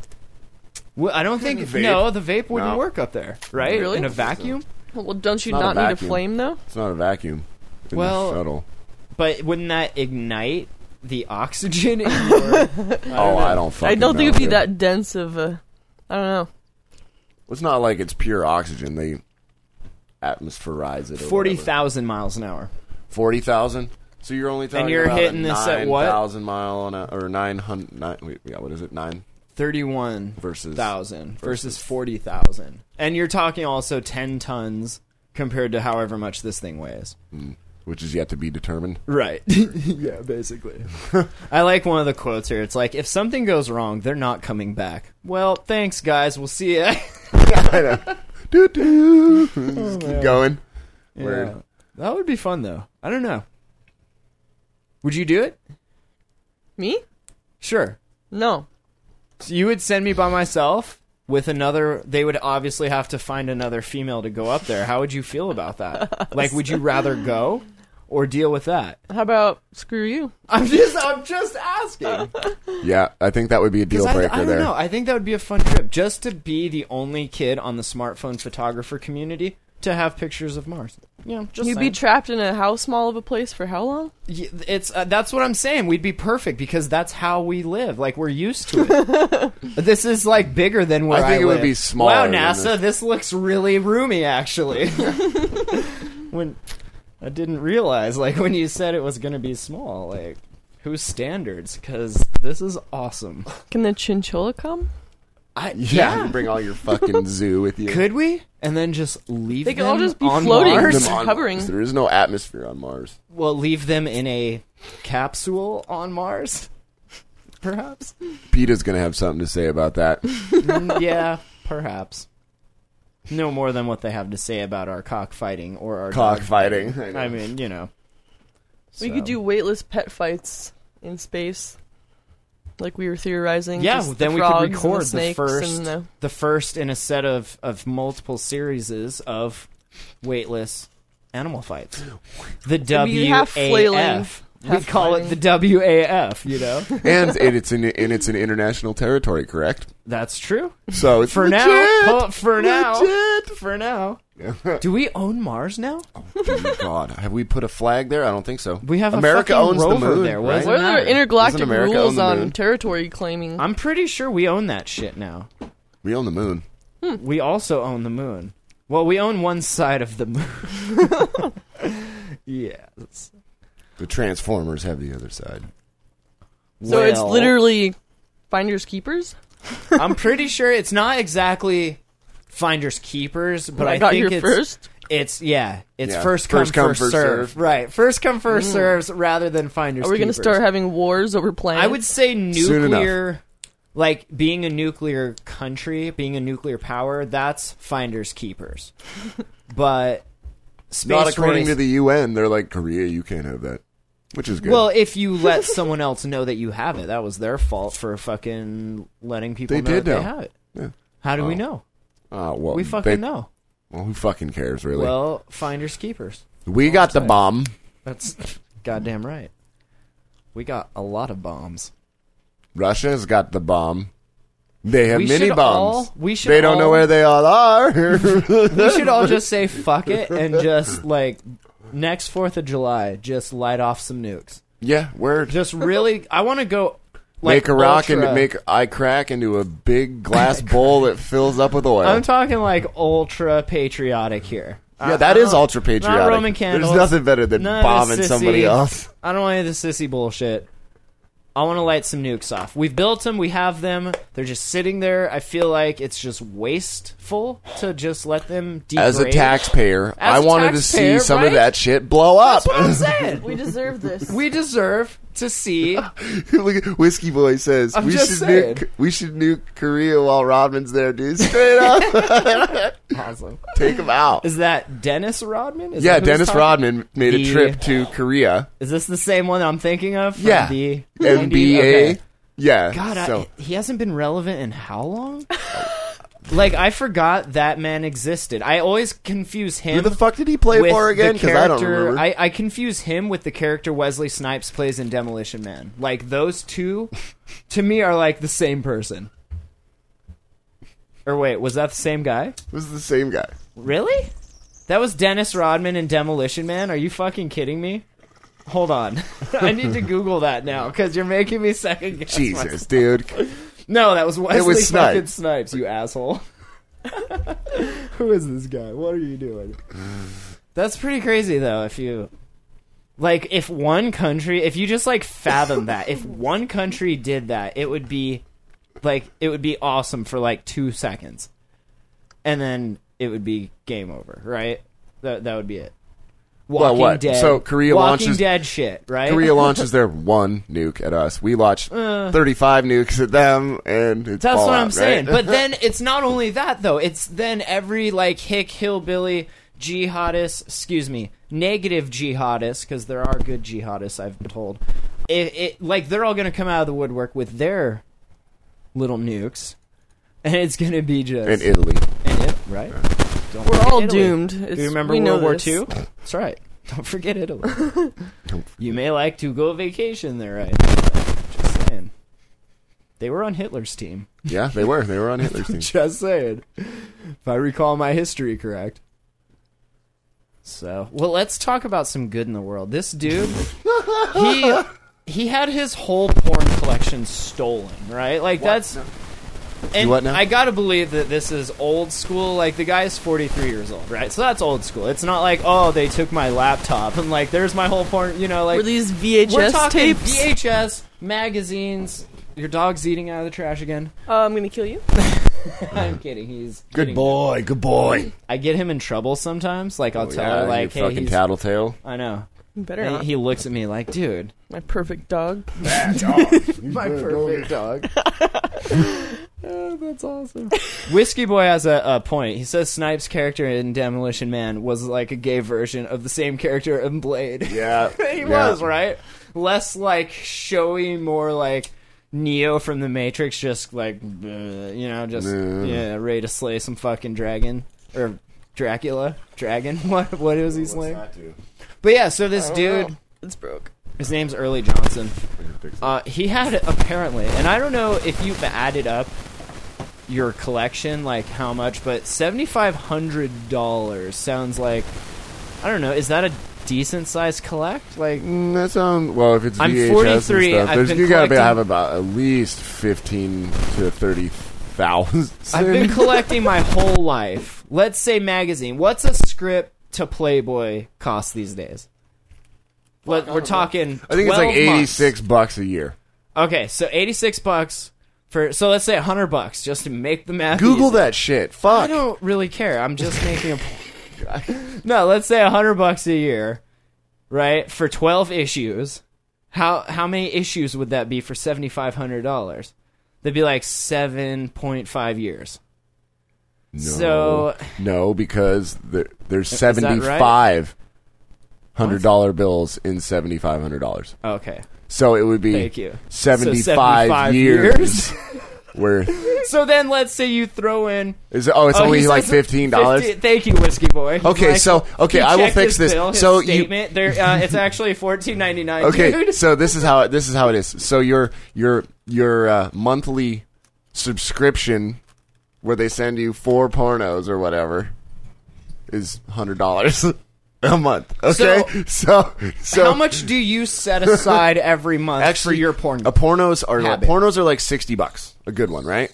S1: Well, I don't think
S2: Vape?
S1: no, the vape wouldn't
S2: No.
S1: work up there, right?
S3: Really?
S1: In a vacuum.
S3: Well, don't you
S2: Not a
S3: not, need a
S2: vacuum.
S3: flame though?
S2: It's not a vacuum. in the
S1: Well,
S2: shuttle.
S1: But wouldn't that ignite the oxygen? in your-
S2: oh, I don't fucking
S3: I don't think
S2: know,
S3: it'd be
S2: dude.
S3: that dense of a. I don't know.
S2: It's not like it's pure oxygen. They atmospherize it. or
S1: Forty
S2: whatever.
S1: thousand miles an hour.
S2: Forty thousand. So you're only talking
S1: you're
S2: about a
S1: hitting this at what?
S2: 9,000 mile on a or nine hundred nine. Wait, yeah, what is it? Nine
S1: Thirty-one
S2: Versus-
S1: thousand versus
S2: versus-
S1: forty thousand, and you're talking also ten tons compared to however much this thing weighs.
S2: which is yet to be determined.
S1: Right. yeah, basically. I like one of the quotes here. It's like, if something goes wrong, they're not coming back. Well, thanks, guys. We'll see ya.
S2: I know. Doo
S1: Oh,
S2: doo. Just keep going.
S1: Yeah.
S2: Word.
S1: That would be fun, though. I don't know. Would you do it?
S3: Me?
S1: Sure.
S3: No.
S1: So you would send me by myself with another. They would obviously have to find another female to go up there. How would you feel about that? Like, would you rather go or deal with that?
S3: How about screw you?
S1: I'm just, I'm just asking.
S2: Yeah, I think that would be a deal
S1: I,
S2: breaker
S1: I don't
S2: there.
S1: know. I think that would be a fun trip just to be the only kid on the smartphone photographer community to have pictures of Mars. You know, just
S3: You'd be
S1: saying.
S3: trapped in a how small of a place for how long?
S1: Y- it's uh, that's what I'm saying. We'd be perfect because that's how we live. Like we're used to it. this is like bigger than where
S2: I think it would
S1: live.
S2: be smaller
S1: Wow,
S2: than
S1: NASA, this. looks really roomy actually. when I didn't realize, like when you said it was going to be small, like whose standards? Because this is awesome.
S3: Can the chinchilla come?
S1: I,
S2: Yeah, you bring all your fucking zoo with you.
S1: Could we? And then just leave
S3: They
S1: them
S3: could all just be
S1: on
S3: floating.
S1: Mars?
S2: Them on
S3: Covering.
S2: Mars. There is no atmosphere on Mars.
S1: Well, leave them in a capsule on Mars, perhaps.
S2: Peta's gonna have something to say about that.
S1: Mm, yeah, perhaps. No more than what they have to say about our cockfighting or our
S2: Cockfighting.
S1: dog- I mean, you know.
S3: We could
S1: So.
S3: do weightless pet fights in space, like we were theorizing.
S1: Yeah,
S3: just
S1: well,
S3: the
S1: then we could
S3: frogs and
S1: record the,
S3: snakes
S1: first,
S3: and the-
S1: the first in a set of of multiple series of weightless animal fights. The
S3: It'd be half flailing.
S1: WAF we call it the WAF. You know,
S2: and it, it's an and it's an international territory, correct?
S1: that's true.
S2: So it's
S1: For now,
S2: legit!
S1: huh, for now,
S2: Legit!
S1: for now. Do we own Mars now?
S2: Oh, God, have we put a flag there? I don't think so.
S1: We have a
S2: America
S1: fucking
S2: owns the
S1: rover
S2: moon.
S1: there. What
S2: right?
S1: is
S3: What
S1: Doesn't
S3: are there
S1: matter.
S3: intergalactic
S2: Doesn't America
S3: rules
S2: own the
S3: on
S2: moon?
S3: territory claiming?
S1: I'm pretty sure we own that shit now.
S2: We own the moon.
S1: We also own the moon. Well, we own one side of the moon. yeah. that's-
S2: The Transformers have the other side.
S3: so it's
S1: Well,
S3: literally finders keepers.
S1: I'm pretty sure it's not exactly finders keepers, but I,
S3: I got
S1: think
S3: here
S1: it's
S3: first.
S1: it's yeah, it's
S2: Yeah,
S1: first come first,
S2: come, first
S1: serve.
S2: serve.
S1: Right, first come first serves rather than finders.
S3: Hmm. Are we going to
S1: keepers.
S3: start having wars over planets?
S1: I would say
S2: Soon enough.
S1: nuclear, like being a nuclear country, being a nuclear power. That's finders keepers, but space
S2: Not according
S1: race-
S2: to the UN. They're like Korea. You can't have that, which is good.
S1: Well, if you let someone else know that you have it, that was their fault for fucking letting people
S2: They
S1: know
S2: did
S1: that
S2: know.
S1: they have it.
S2: Yeah.
S1: How do we
S2: Oh.
S1: know?
S2: Ah, well,
S1: We fucking
S2: they-
S1: know.
S2: Well, who fucking cares, really?
S1: Well, finders keepers.
S2: we got the bomb.
S1: That's goddamn right. We got a lot of bombs.
S2: Russia's got the bomb. They have
S1: We
S2: mini
S1: should
S2: bombs.
S1: all- we should
S2: they don't know
S1: all-
S2: where they all are.
S1: We should all just say fuck it and just like next Fourth of July, just light off some nukes.
S2: yeah, where
S1: Just really, I want to go like
S2: make a rock
S1: ultra-
S2: and make I crack into a big glass bowl that fills up with oil.
S1: I'm talking like ultra patriotic here.
S2: yeah, that is ultra patriotic.
S1: Not Roman candles.
S2: There's nothing better than
S1: None of the
S2: bombing
S1: sissy-
S2: somebody else.
S1: I don't want any of the sissy bullshit. I want to light some nukes off. We've built them. We have them. They're just sitting there. I feel like it's just wasteful to just let them degrade.
S2: As a taxpayer,
S1: As
S2: I
S1: a
S2: wanted to see
S1: taxpayer,
S2: some
S1: right?
S2: of that shit blow up.
S1: That's what I'm saying.
S3: We deserve this.
S1: we deserve to see.
S2: Look at Whiskey Boy says
S1: I'm
S2: we
S1: just
S2: should
S1: saying.
S2: nuke we should nuke Korea while Rodman's there, dude. Straight up,
S1: Awesome.
S2: take him out.
S1: Is that Dennis Rodman? Is
S2: Yeah,
S1: that who's
S2: Dennis
S1: talking?
S2: Rodman made a
S1: The-
S2: trip to Korea.
S1: Is this the same one that I'm thinking of? from
S2: Yeah,
S1: The
S2: NBA.
S1: 90s? Okay.
S2: Yeah,
S1: God,
S2: so.
S1: I, he hasn't been relevant in how long? like I forgot that man existed. I always confuse him.
S2: Who the fuck did he play
S1: with
S2: for again?
S1: the
S2: Because I don't
S1: character-
S2: remember.
S1: I, I confuse him with the character Wesley Snipes plays in Demolition Man. Like those two, to me, are like the same person. Or wait, was that the same guy?
S2: this is the same guy.
S1: Really? That was Dennis Rodman in Demolition Man. Are you fucking kidding me? Hold on, I need to Google that now because you're making me second guess. myself.
S2: Jesus, dude.
S1: No, that was Wesley
S2: was Snipes.
S1: fucking Snipes, you asshole. Who is this guy? What are you doing? That's pretty crazy though, if you like if one country if you just like fathom that, if one country did that, it would be like it would be awesome for like two seconds. And then it would be game over, right? That that would be it. Walking
S2: what?
S1: Dead.
S2: So Korea
S1: Walking
S2: launches-
S1: Dead shit, right?
S2: Korea launches their one nuke at us. We launched 35 nukes at them, and it's
S1: Uh. That's what
S2: fallout,
S1: I'm
S2: right?
S1: saying. But then it's not only that though. It's then every like hick hillbilly jihadist, excuse me, negative jihadist, because there are good jihadists. I've been told. It, it like they're all gonna come out of the woodwork with their little nukes, and it's gonna be just
S2: in Italy.
S1: and it- right. Don't
S3: We're
S1: forget
S3: all
S1: Italy.
S3: doomed. It's,
S1: Do you remember
S3: we know
S1: World War
S3: this.
S1: II? That's right. Don't forget Italy. you may like to go vacation there, right? Just saying. They were on Hitler's team.
S2: Yeah, they were. They were on Hitler's team.
S1: Just saying. If I recall my history correct. So, well, let's talk about some good in the world. This dude, he he had his whole porn collection stolen, right? Like that's and
S2: what now?
S1: I gotta believe that this is old school. Like the guy's forty three years old, right? So that's old school. It's not like oh they took my laptop and like there's my whole porn. You know, like
S3: Were these
S1: we're
S3: VHS
S1: talking
S3: tapes?
S1: VHS magazines. Your dog's eating out of the trash again.
S3: Uh, I'm gonna kill you.
S1: I'm kidding. He's
S2: Good
S1: kidding.
S2: boy. Good boy.
S1: I get him in trouble sometimes. Like I'll tell
S2: Oh, Yeah,
S1: her, like,
S2: you
S1: "Hey,
S2: fucking
S1: he's."
S2: tattletale.
S1: I know.
S3: You Better
S1: And
S3: not.
S1: he looks at me like, "Dude,
S3: My perfect dog.
S1: my perfect dog." that's awesome. Whiskey Boy has a, a point. He says Snipes' character in Demolition Man was like a gay version of the same character in Blade.
S2: Yeah.
S1: he
S2: yeah.
S1: was right. Less like showy, more like Neo from the Matrix. Just like uh, you know, just
S2: Yeah.
S1: yeah, ready to slay some fucking dragon or Dracula, dragon. What what is he slaying? But yeah, so this dude,
S3: It's broke.
S1: His name's Early Johnson. Uh, he had apparently, and I don't know if you've added up your collection, like how much, but seventy five hundred dollars sounds like I don't know. Is that a decent sized collect? Like
S2: Mm, that sounds well. If it's
S1: I'm
S2: VHS
S1: 43,
S2: and
S1: I've
S2: stuff, there's,
S1: been
S2: you gotta
S1: collecting-
S2: be, have about at least fifteen to thirty thousand.
S1: I've been collecting my whole life. Let's say magazine. What's a script to Playboy cost these days? Let, we're talking.
S2: I think it's like
S1: 12 months.
S2: eighty-six bucks a year.
S1: Okay, so eighty-six bucks for. So let's say hundred bucks just to make the math.
S2: Google
S1: easy.
S2: that shit.
S1: I
S2: Fuck.
S1: don't really care. I'm just making a. point. no, let's say hundred bucks a year, right? For twelve issues, how how many issues would that be for seventy five hundred dollars? That'd be like seven point five years.
S2: No,
S1: So-
S2: no, because there, there's
S1: that right?
S2: seventy-five hundred dollar bills in seventy-five hundred dollars.
S1: Okay,
S2: So it would be
S1: Thank you. So
S2: seventy-five,
S1: 75
S2: years. worth.
S1: so then let's say you throw in.
S2: Is it, oh, it's
S1: Oh,
S2: only
S1: he
S2: like
S1: says it's
S2: fifteen dollars.
S1: 15 Thank you, whiskey boy. He's
S2: Okay,
S1: like,
S2: so- okay,
S1: he
S2: I will
S1: checked
S2: fix
S1: his
S2: this.
S1: bill, his
S2: So you-
S1: statement, there, uh, it's actually fourteen ninety nine.
S2: Okay,
S1: dude.
S2: so this is how this is how it is. So your your your uh, monthly subscription, where they send you four pornos or whatever, is hundred dollars a month. Okay, so so,
S1: how much do you set aside every month
S2: actually
S1: for your porn?
S2: A pornos are
S1: habit?
S2: pornos are like sixty bucks. A good one, right?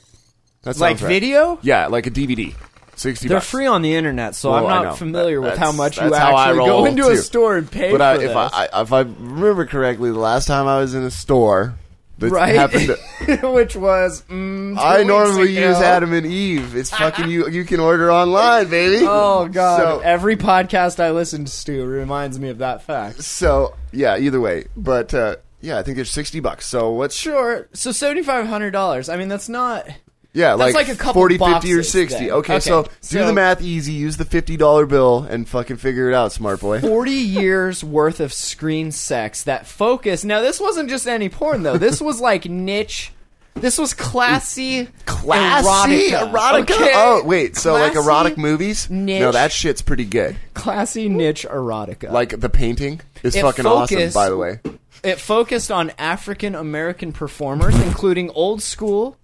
S2: That's
S1: like video?
S2: Yeah, like a DVD. Sixty.
S1: They're
S2: bucks.
S1: free on the internet, so
S2: Well,
S1: I'm
S2: I
S1: not
S2: know.
S1: familiar
S2: That-
S1: with how
S2: that's-
S1: much you
S2: that's
S1: actually
S2: how I
S1: go
S2: roll,
S1: into a
S2: too.
S1: store and pay
S2: But
S1: for
S2: I,
S1: this.
S2: if I, I if I remember correctly, the last time I was in a store, that
S1: Right?
S2: happened. To,
S1: Which was mm, two
S2: I
S1: weeks
S2: normally
S1: ago.
S2: use Adam and Eve. It's fucking you. You can order online, baby.
S1: Uh-huh. Oh god!
S2: So-
S1: Every podcast I listen to reminds me of that fact.
S2: So, yeah. Either way, but uh, yeah, I think it's sixty bucks. So what's
S1: Sure. So seventy five hundred dollars. I mean, that's not.
S2: yeah,
S1: That's
S2: like,
S1: like a couple
S2: 40, 50, or
S1: boxes
S2: sixty.
S1: then.
S2: Okay,
S1: Okay,
S2: so do
S1: so-
S2: the math easy. Use the fifty dollar bill and fucking figure it out, smart boy.
S1: 40 years worth of screen sex that focused. Now, this wasn't just any porn, though. This was like niche. This was classy.
S2: Classy
S1: erotica. Okay?
S2: Okay. Oh wait, so like
S1: Classy,
S2: erotic movies? No,
S1: niche.
S2: that shit's pretty good.
S1: Classy niche erotica.
S2: Like the painting is
S1: It
S2: fucking awesome.
S1: focused-
S2: By the way,
S1: It focused on African American performers, including old school.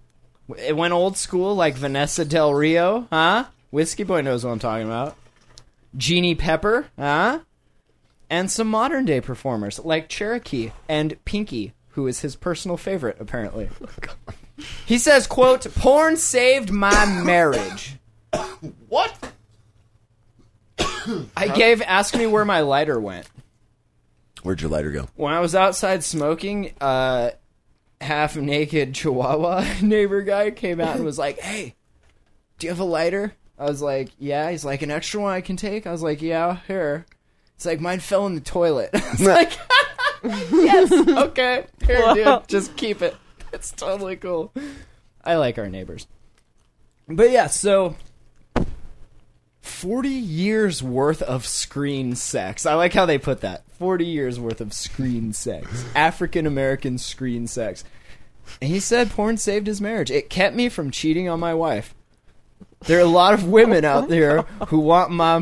S1: It went old school, like Vanessa Del Rio, huh? Whiskey Boy knows what I'm talking about. Jeannie Pepper, huh? And some modern day performers, like Cherokee and Pinky, who is his personal favorite, apparently. He says, quote, porn saved my marriage.
S2: what?
S1: I gave Ask Me Where My Lighter Went.
S2: Where'd your lighter go?
S1: when I was outside smoking, uh, half naked Chihuahua neighbor guy came out and was like, "Hey, do you have a lighter?" I was like, "Yeah." He's like, "An extra one I can take?" I was like, "Yeah, here." It's like mine fell in the toilet. I was like, "Yes, okay, here, dude, just keep it. It's totally cool." I like our neighbors, but yeah, so. 40 years worth of screen sex. I like how they put that. 40 years worth of screen sex. African American screen sex. And he said porn saved his marriage. It kept me from cheating on my wife. There are a lot of women out there who want my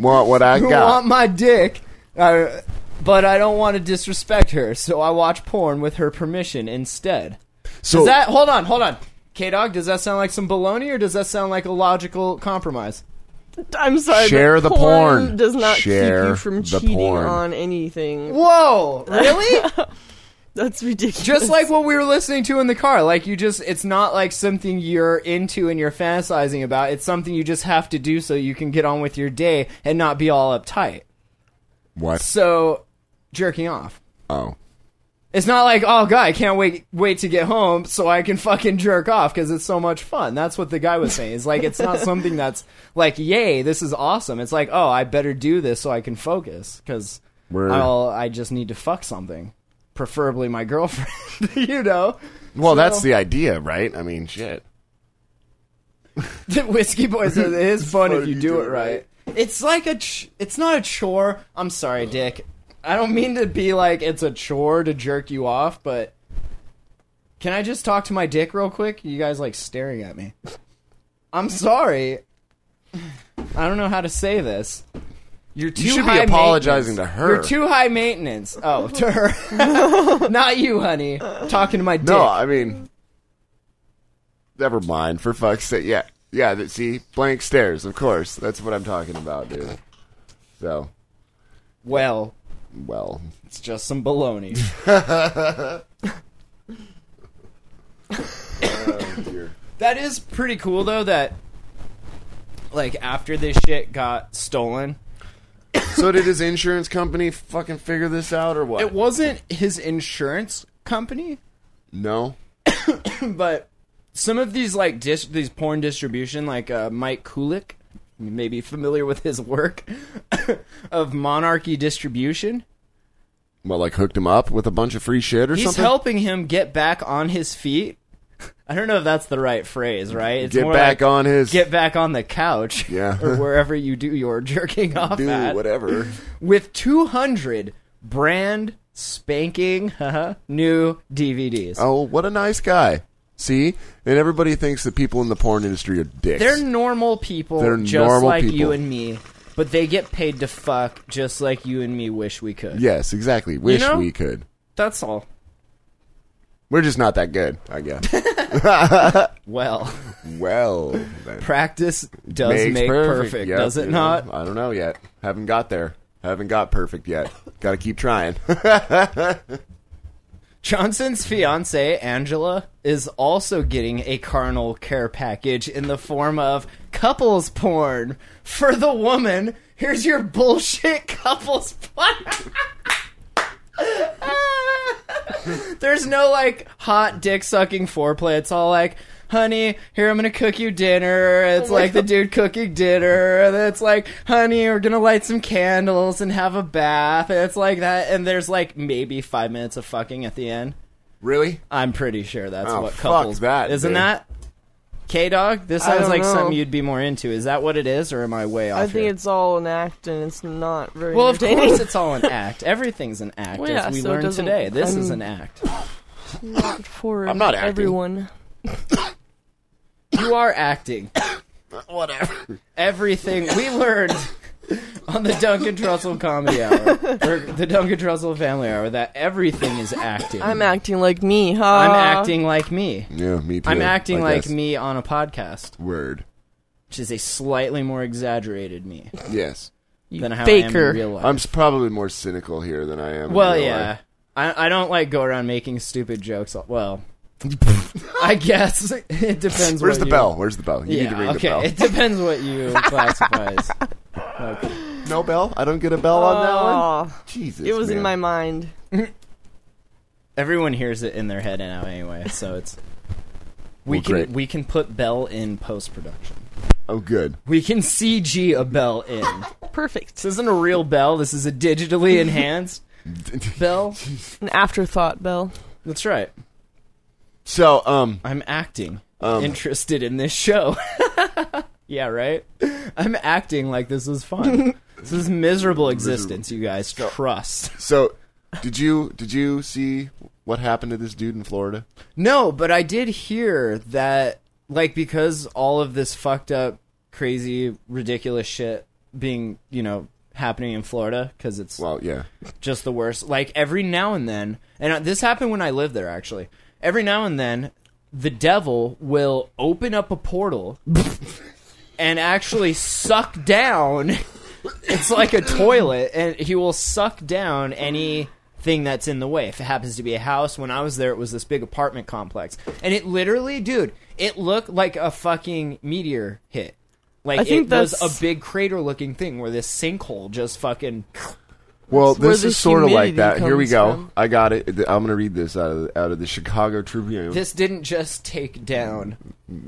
S2: Want what I
S1: who
S2: got?
S1: want my dick, uh, but I don't want to disrespect her, so I watch porn with her permission instead.
S2: so
S1: Does that hold on, hold on. K Dog, does that sound like some baloney or does that sound like a logical compromise?
S3: I'm sorry.
S2: Share
S3: but
S2: the porn.
S3: does not
S2: Share
S3: keep you from
S2: the
S3: cheating
S2: porn.
S3: on anything.
S1: Whoa, really?
S3: That's ridiculous.
S1: just like what we were listening to in the car. Like you just, it's not like something you're into and you're fantasizing about. It's something you just have to do so you can get on with your day and not be all uptight.
S2: what?
S1: So, jerking off.
S2: Oh,
S1: It's not like, oh god, I can't wait wait to get home so I can fucking jerk off because it's so much fun. That's what the guy was saying. It's like it's not something that's like, yay, this is awesome. It's like, oh, I better do this so I can focus because
S2: Word.
S1: I'll I just need to fuck something, preferably my girlfriend. you know.
S2: well, that's
S1: So-
S2: the idea, right? I mean, shit.
S1: The whiskey boy says it is fun
S2: fun
S1: if you do, it right. It's like a, ch- it's not a chore. I'm sorry, Dick. I don't mean to be like it's a chore to jerk you off, but can I just talk to my dick real quick? You guys like staring at me. I'm sorry. I don't know how to say this. You're too
S2: You should be
S1: high
S2: apologizing
S1: maintenance.
S2: to her.
S1: You're too high maintenance. Oh, to her. Not you, honey. Talking to my dick.
S2: No, I mean, never mind. For fuck's sake, yeah, yeah. That, see, blank stares. Of course, that's what I'm talking about, dude. So,
S1: Well,
S2: well,
S1: it's just some baloney.
S2: Oh, dear.
S1: That is pretty cool though that like after this shit got stolen,
S2: so did his insurance company fucking figure this out or what?
S1: it wasn't his insurance company,
S2: no,
S1: but some of these like dis- these porn distribution like uh, Mike Kulik, you may be familiar with his work of Monarchy Distribution.
S2: well, like hooked him up with a bunch of free shit or
S1: He's
S2: something.
S1: helping him get back on his feet. I don't know if that's the right phrase, right? It's
S2: Get
S1: more
S2: back
S1: like,
S2: on his
S1: get back on the couch,
S2: Yeah.
S1: or wherever you do your jerking off
S2: do
S1: at.
S2: whatever.
S1: with 200 brand spanking uh-huh, new DVDs.
S2: Oh, what a nice guy. See, and everybody thinks that people in the porn industry are dicks.
S1: They're normal people,
S2: They're
S1: just
S2: normal
S1: like you
S2: people.
S1: and me, but they get paid to fuck just like you and me wish we could.
S2: yes, exactly. Wish
S1: know?
S2: we could.
S1: That's all.
S2: We're just not that good, I guess.
S1: Well,
S2: well, then.
S1: practice does make perfect,
S2: Yep,
S1: does it
S2: you know,
S1: not?
S2: I don't know yet. Haven't got there. Haven't got perfect yet. Got to keep trying.
S1: Johnson's fiance, Angela, is also getting a carnal care package in the form of couples porn for the woman. Here's your bullshit couples porn. There's no like hot dick sucking foreplay. It's all like, honey, here I'm gonna cook you dinner. It's like the dude cooking dinner. And it's like, honey, we're gonna light some candles and have a bath. And it's like that. And there's like maybe five minutes of fucking at the end.
S2: really?
S1: I'm pretty sure that's
S2: Oh,
S1: what
S2: fuck
S1: couples.
S2: that,
S1: isn't
S2: dude.
S1: that? K dog, this sounds
S3: don't
S1: like
S3: know.
S1: something you'd be more into. Is that what it is, or am I way off?
S3: I think
S1: here?
S3: it's all an act, and it's not very.
S1: well, of
S3: entertaining.
S1: course, it's all an act. Everything's an act,
S3: Well, yeah,
S1: as we
S3: so it
S1: learned
S3: doesn't-
S1: today. This is
S3: I'm-
S1: an act.
S3: for
S2: I'm not acting.
S3: everyone.
S1: You are acting.
S2: Whatever.
S1: everything we learned on the Duncan Trussell Comedy Hour, or the Duncan Trussell Family Hour, that everything is acting.
S3: I'm acting like me, huh?
S1: I'm acting like me.
S2: Yeah, me too.
S1: I'm acting
S2: I
S1: like
S2: guess.
S1: me on a podcast,
S2: Word.
S1: which is a slightly more exaggerated me
S2: Yes.
S1: than how I am
S3: faker.
S1: in real life.
S2: I'm s- probably more cynical here than I am. in
S1: well,
S2: real
S1: yeah.
S2: life.
S1: I, I don't like go around making stupid jokes. Well, I guess it depends.
S2: Where's
S1: what
S2: the
S1: you-
S2: bell? Where's the bell? You
S1: Yeah,
S2: need to ring
S1: okay. It depends what you classify as. Okay.
S2: the bell. No bell? I don't get a bell on that one?
S1: Oh,
S3: Aw,
S2: Jesus.
S3: it was in
S2: man.
S3: my mind.
S1: everyone hears it in their head now anyway, so it's we
S2: Well,
S1: can
S2: great.
S1: we can put Bell in post production.
S2: Oh, good.
S1: We can CG a Bell in.
S3: Perfect.
S1: this isn't a real Bell. This is a digitally enhanced Bell.
S3: An afterthought, Bell.
S1: That's right.
S2: So, um,
S1: I'm acting.
S2: Um.
S1: interested in this show. yeah, right. I'm acting like this is fun. this is miserable existence, you guys. Trust.
S2: so did you did you see what happened to this dude in Florida?
S1: No, but I did hear that, like, because all of this fucked up, crazy, ridiculous shit being, you know, happening in Florida, because it's
S2: Well, yeah.
S1: just the worst. Like, every now and then, and uh, this happened when I lived there, actually. Every now and then, the devil will open up a portal and actually suck down. It's like a toilet, and he will suck down anything that's in the way. If it happens to be a house, when I was there, it was this big apartment complex, and it literally, dude, it looked like a fucking meteor hit. Like
S3: I think
S1: it was
S3: that's-
S1: a big crater-looking thing where this sinkhole just fucking.
S2: Well,
S3: where
S2: this
S3: the
S2: is sort of like
S3: humidity
S2: that. Here we
S3: comes
S2: go.
S3: from.
S2: I got it. I'm going to read this out of out of the Chicago Tribune.
S1: This didn't just take down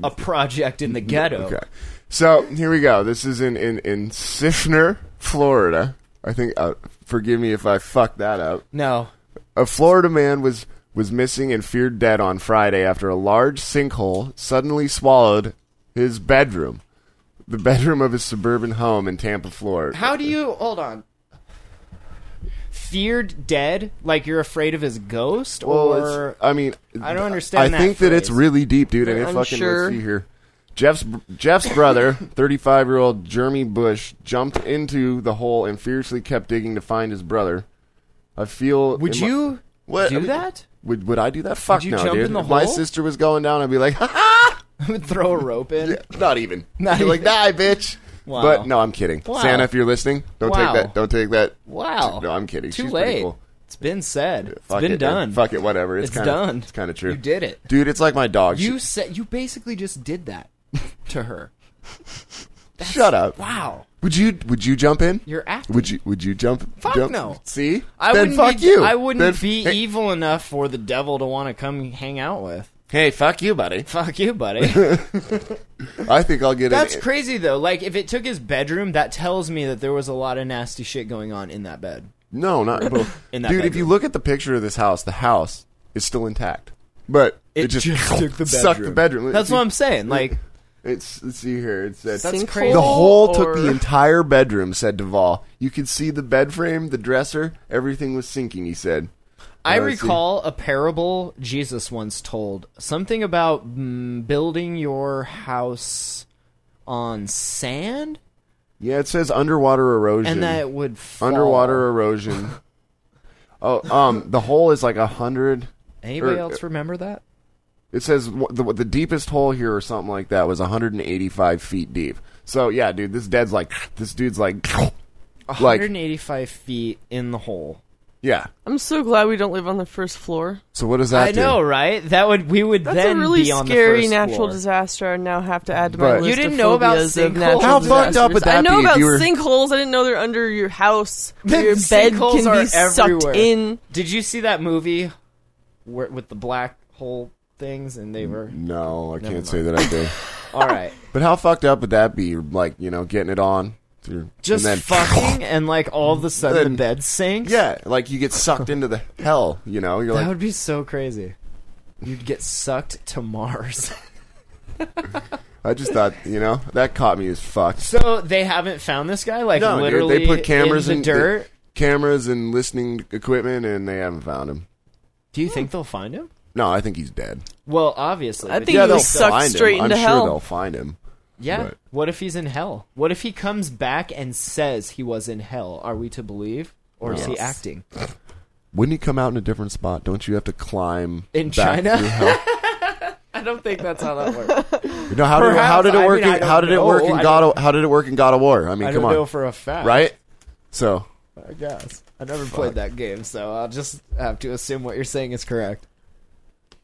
S1: a project in the ghetto.
S2: Okay. So here we go. This is in in in Siffner, Florida. I think. Uh, forgive me if I fucked that up.
S1: No,
S2: A Florida man was was missing and feared dead on Friday after a large sinkhole suddenly swallowed his bedroom, the bedroom of his suburban home in Tampa, Florida.
S1: How do you hold on? Feared dead, like you're afraid of his ghost,
S2: Well,
S1: or
S2: it's, I mean,
S1: I don't understand
S2: I
S1: that
S2: think that it's
S1: phrase.
S2: really deep, dude. And it
S3: I'm
S2: fucking
S3: sure.
S2: let's see here. Jeff's Jeff's brother, 35 year old Jeremy Bush, jumped into the hole and fiercely kept digging to find his brother. I feel.
S1: Would
S2: in my-
S1: you
S2: What-
S1: do that?
S2: Would, would I do that? Fuck
S1: you
S2: no,
S1: jump
S2: dude.
S1: in the
S2: if my
S1: hole?
S2: sister was going down, I'd be like,
S1: I would throw a rope in.
S2: not even.
S1: Not
S2: You're like,
S1: even.
S2: die, bitch.
S1: Wow.
S2: But no, I'm kidding.
S1: Wow.
S2: Santa, if you're listening, don't
S1: Wow.
S2: take that. Don't take that.
S1: Wow.
S2: No, I'm kidding.
S1: Too
S2: She's pretty
S1: late.
S2: cool.
S1: It's been said. It's
S2: Fuck
S1: been
S2: it, dude.
S1: done.
S2: Fuck it, whatever. It's,
S1: It's
S2: kinda,
S1: done.
S2: It's kind of true.
S1: You did it.
S2: dude. It's like my dog.
S1: You
S2: Sh-
S1: said you basically just did that to her.
S2: shut up.
S1: Wow.
S2: Would you Would you jump in?
S1: You're acting.
S2: Would you Would you jump?
S1: Fuck
S2: jump?
S1: no.
S2: See,
S1: I
S2: then
S1: wouldn't
S2: fuck
S1: be,
S2: you.
S1: I wouldn't
S2: Then-
S1: be
S2: hey,
S1: evil enough for the devil to want to come hang out with.
S2: Hey, fuck you, buddy.
S1: Fuck you, buddy.
S2: I think I'll get
S1: That's
S2: an,
S1: crazy though. Like if it took his bedroom, that tells me that there was a lot of nasty shit going on in that bed.
S2: No, not
S1: In
S2: dude.
S1: that
S2: If you
S1: bedroom.
S2: look at the picture of this house, the house is still intact, but it,
S1: It
S2: just,
S1: just took the
S2: sucked the
S1: bedroom.
S2: bedroom.
S1: That's what I'm saying. Like
S2: It's let's see here. It said
S1: That's
S3: Sinkhole
S1: crazy.
S2: the whole took the
S3: or-
S2: entire bedroom. Said Duvall. You could see the bed frame, the dresser, everything was sinking. He said.
S1: I
S2: Uh, let's see.
S1: recall a parable Jesus once told something about mm, building your house on sand
S2: Yeah, it says underwater erosion.
S1: and that it would fall.
S2: underwater erosion. oh, um, the hole is like a hundred.
S1: Anybody
S2: or- uh,
S1: else remember that?
S2: It says wh- the, the deepest hole here or something like that was 185 feet deep. So yeah, dude, this dead's like this dude's like like
S1: 185 feet in the hole.
S2: yeah.
S3: I'm so glad we don't live on the first floor.
S2: So what does that
S1: I
S2: do?
S1: know, right? That would we would
S3: That's
S1: then
S3: a really
S1: be on
S3: scary
S1: the first
S3: natural
S1: floor.
S3: disaster. I now have to add to
S2: But-
S3: my
S2: You
S3: list.
S1: didn't
S3: of
S1: know about
S3: phobias of
S1: sinkholes?
S3: natural
S1: How
S2: fucked up
S3: disasters.
S2: would that
S3: I know
S2: be if
S3: about
S2: you were-
S3: sinkholes. I didn't know they're under your house.
S1: The
S3: Where your bed
S1: sinkholes
S3: can
S1: are
S3: be sucked
S1: everywhere.
S3: in.
S1: Did you see that movie where, with the black hole things and they
S2: Mm.
S1: were
S2: No, I can't
S1: mind.
S2: say that I do.
S1: all right?
S2: but how fucked up would that be? Like you know, getting it on. through-
S1: Just
S2: and then,
S1: fucking and like all of a sudden
S2: Then-
S1: the bed sinks.
S2: Yeah, like you get sucked into the hell. You know, you're
S1: that
S2: like
S1: would be so crazy. You'd get sucked to Mars.
S2: I just thought you know that caught me as fucked.
S1: so they haven't found this guy. Like
S2: No, dude,
S1: literally,
S2: they put cameras
S1: in
S2: and-
S1: the dirt.
S2: Cameras and listening equipment, and they haven't found him.
S1: Do you think they'll find him?
S2: No, I think he's dead.
S1: Well, obviously.
S3: I
S1: but-
S3: think- Yeah, he
S2: they'll
S3: was sucked
S2: find
S3: straight
S2: him.
S3: into
S2: I'm sure
S3: hell.
S2: they'll find him.
S1: yeah.
S2: Right.
S1: What if he's in hell? What if he comes back and says he was in hell? Are we to believe, or is he
S3: Yes.
S1: acting?
S2: Wouldn't he come out in a different spot? Don't you have to climb
S1: In
S2: back
S1: China?
S2: through hell?
S1: I don't think that's how that works.
S2: no, how did,
S1: Perhaps.
S2: how did it
S1: I
S2: work?
S1: mean, I
S2: in,
S1: don't
S2: how did it
S1: know.
S2: work in
S1: I
S2: God? Of, how did it work in God of War? I mean,
S1: I
S2: come
S1: don't
S2: on,
S1: know for a fact,
S2: right? So
S1: I guess. I never played that game, so I'll just have to assume what you're saying is correct.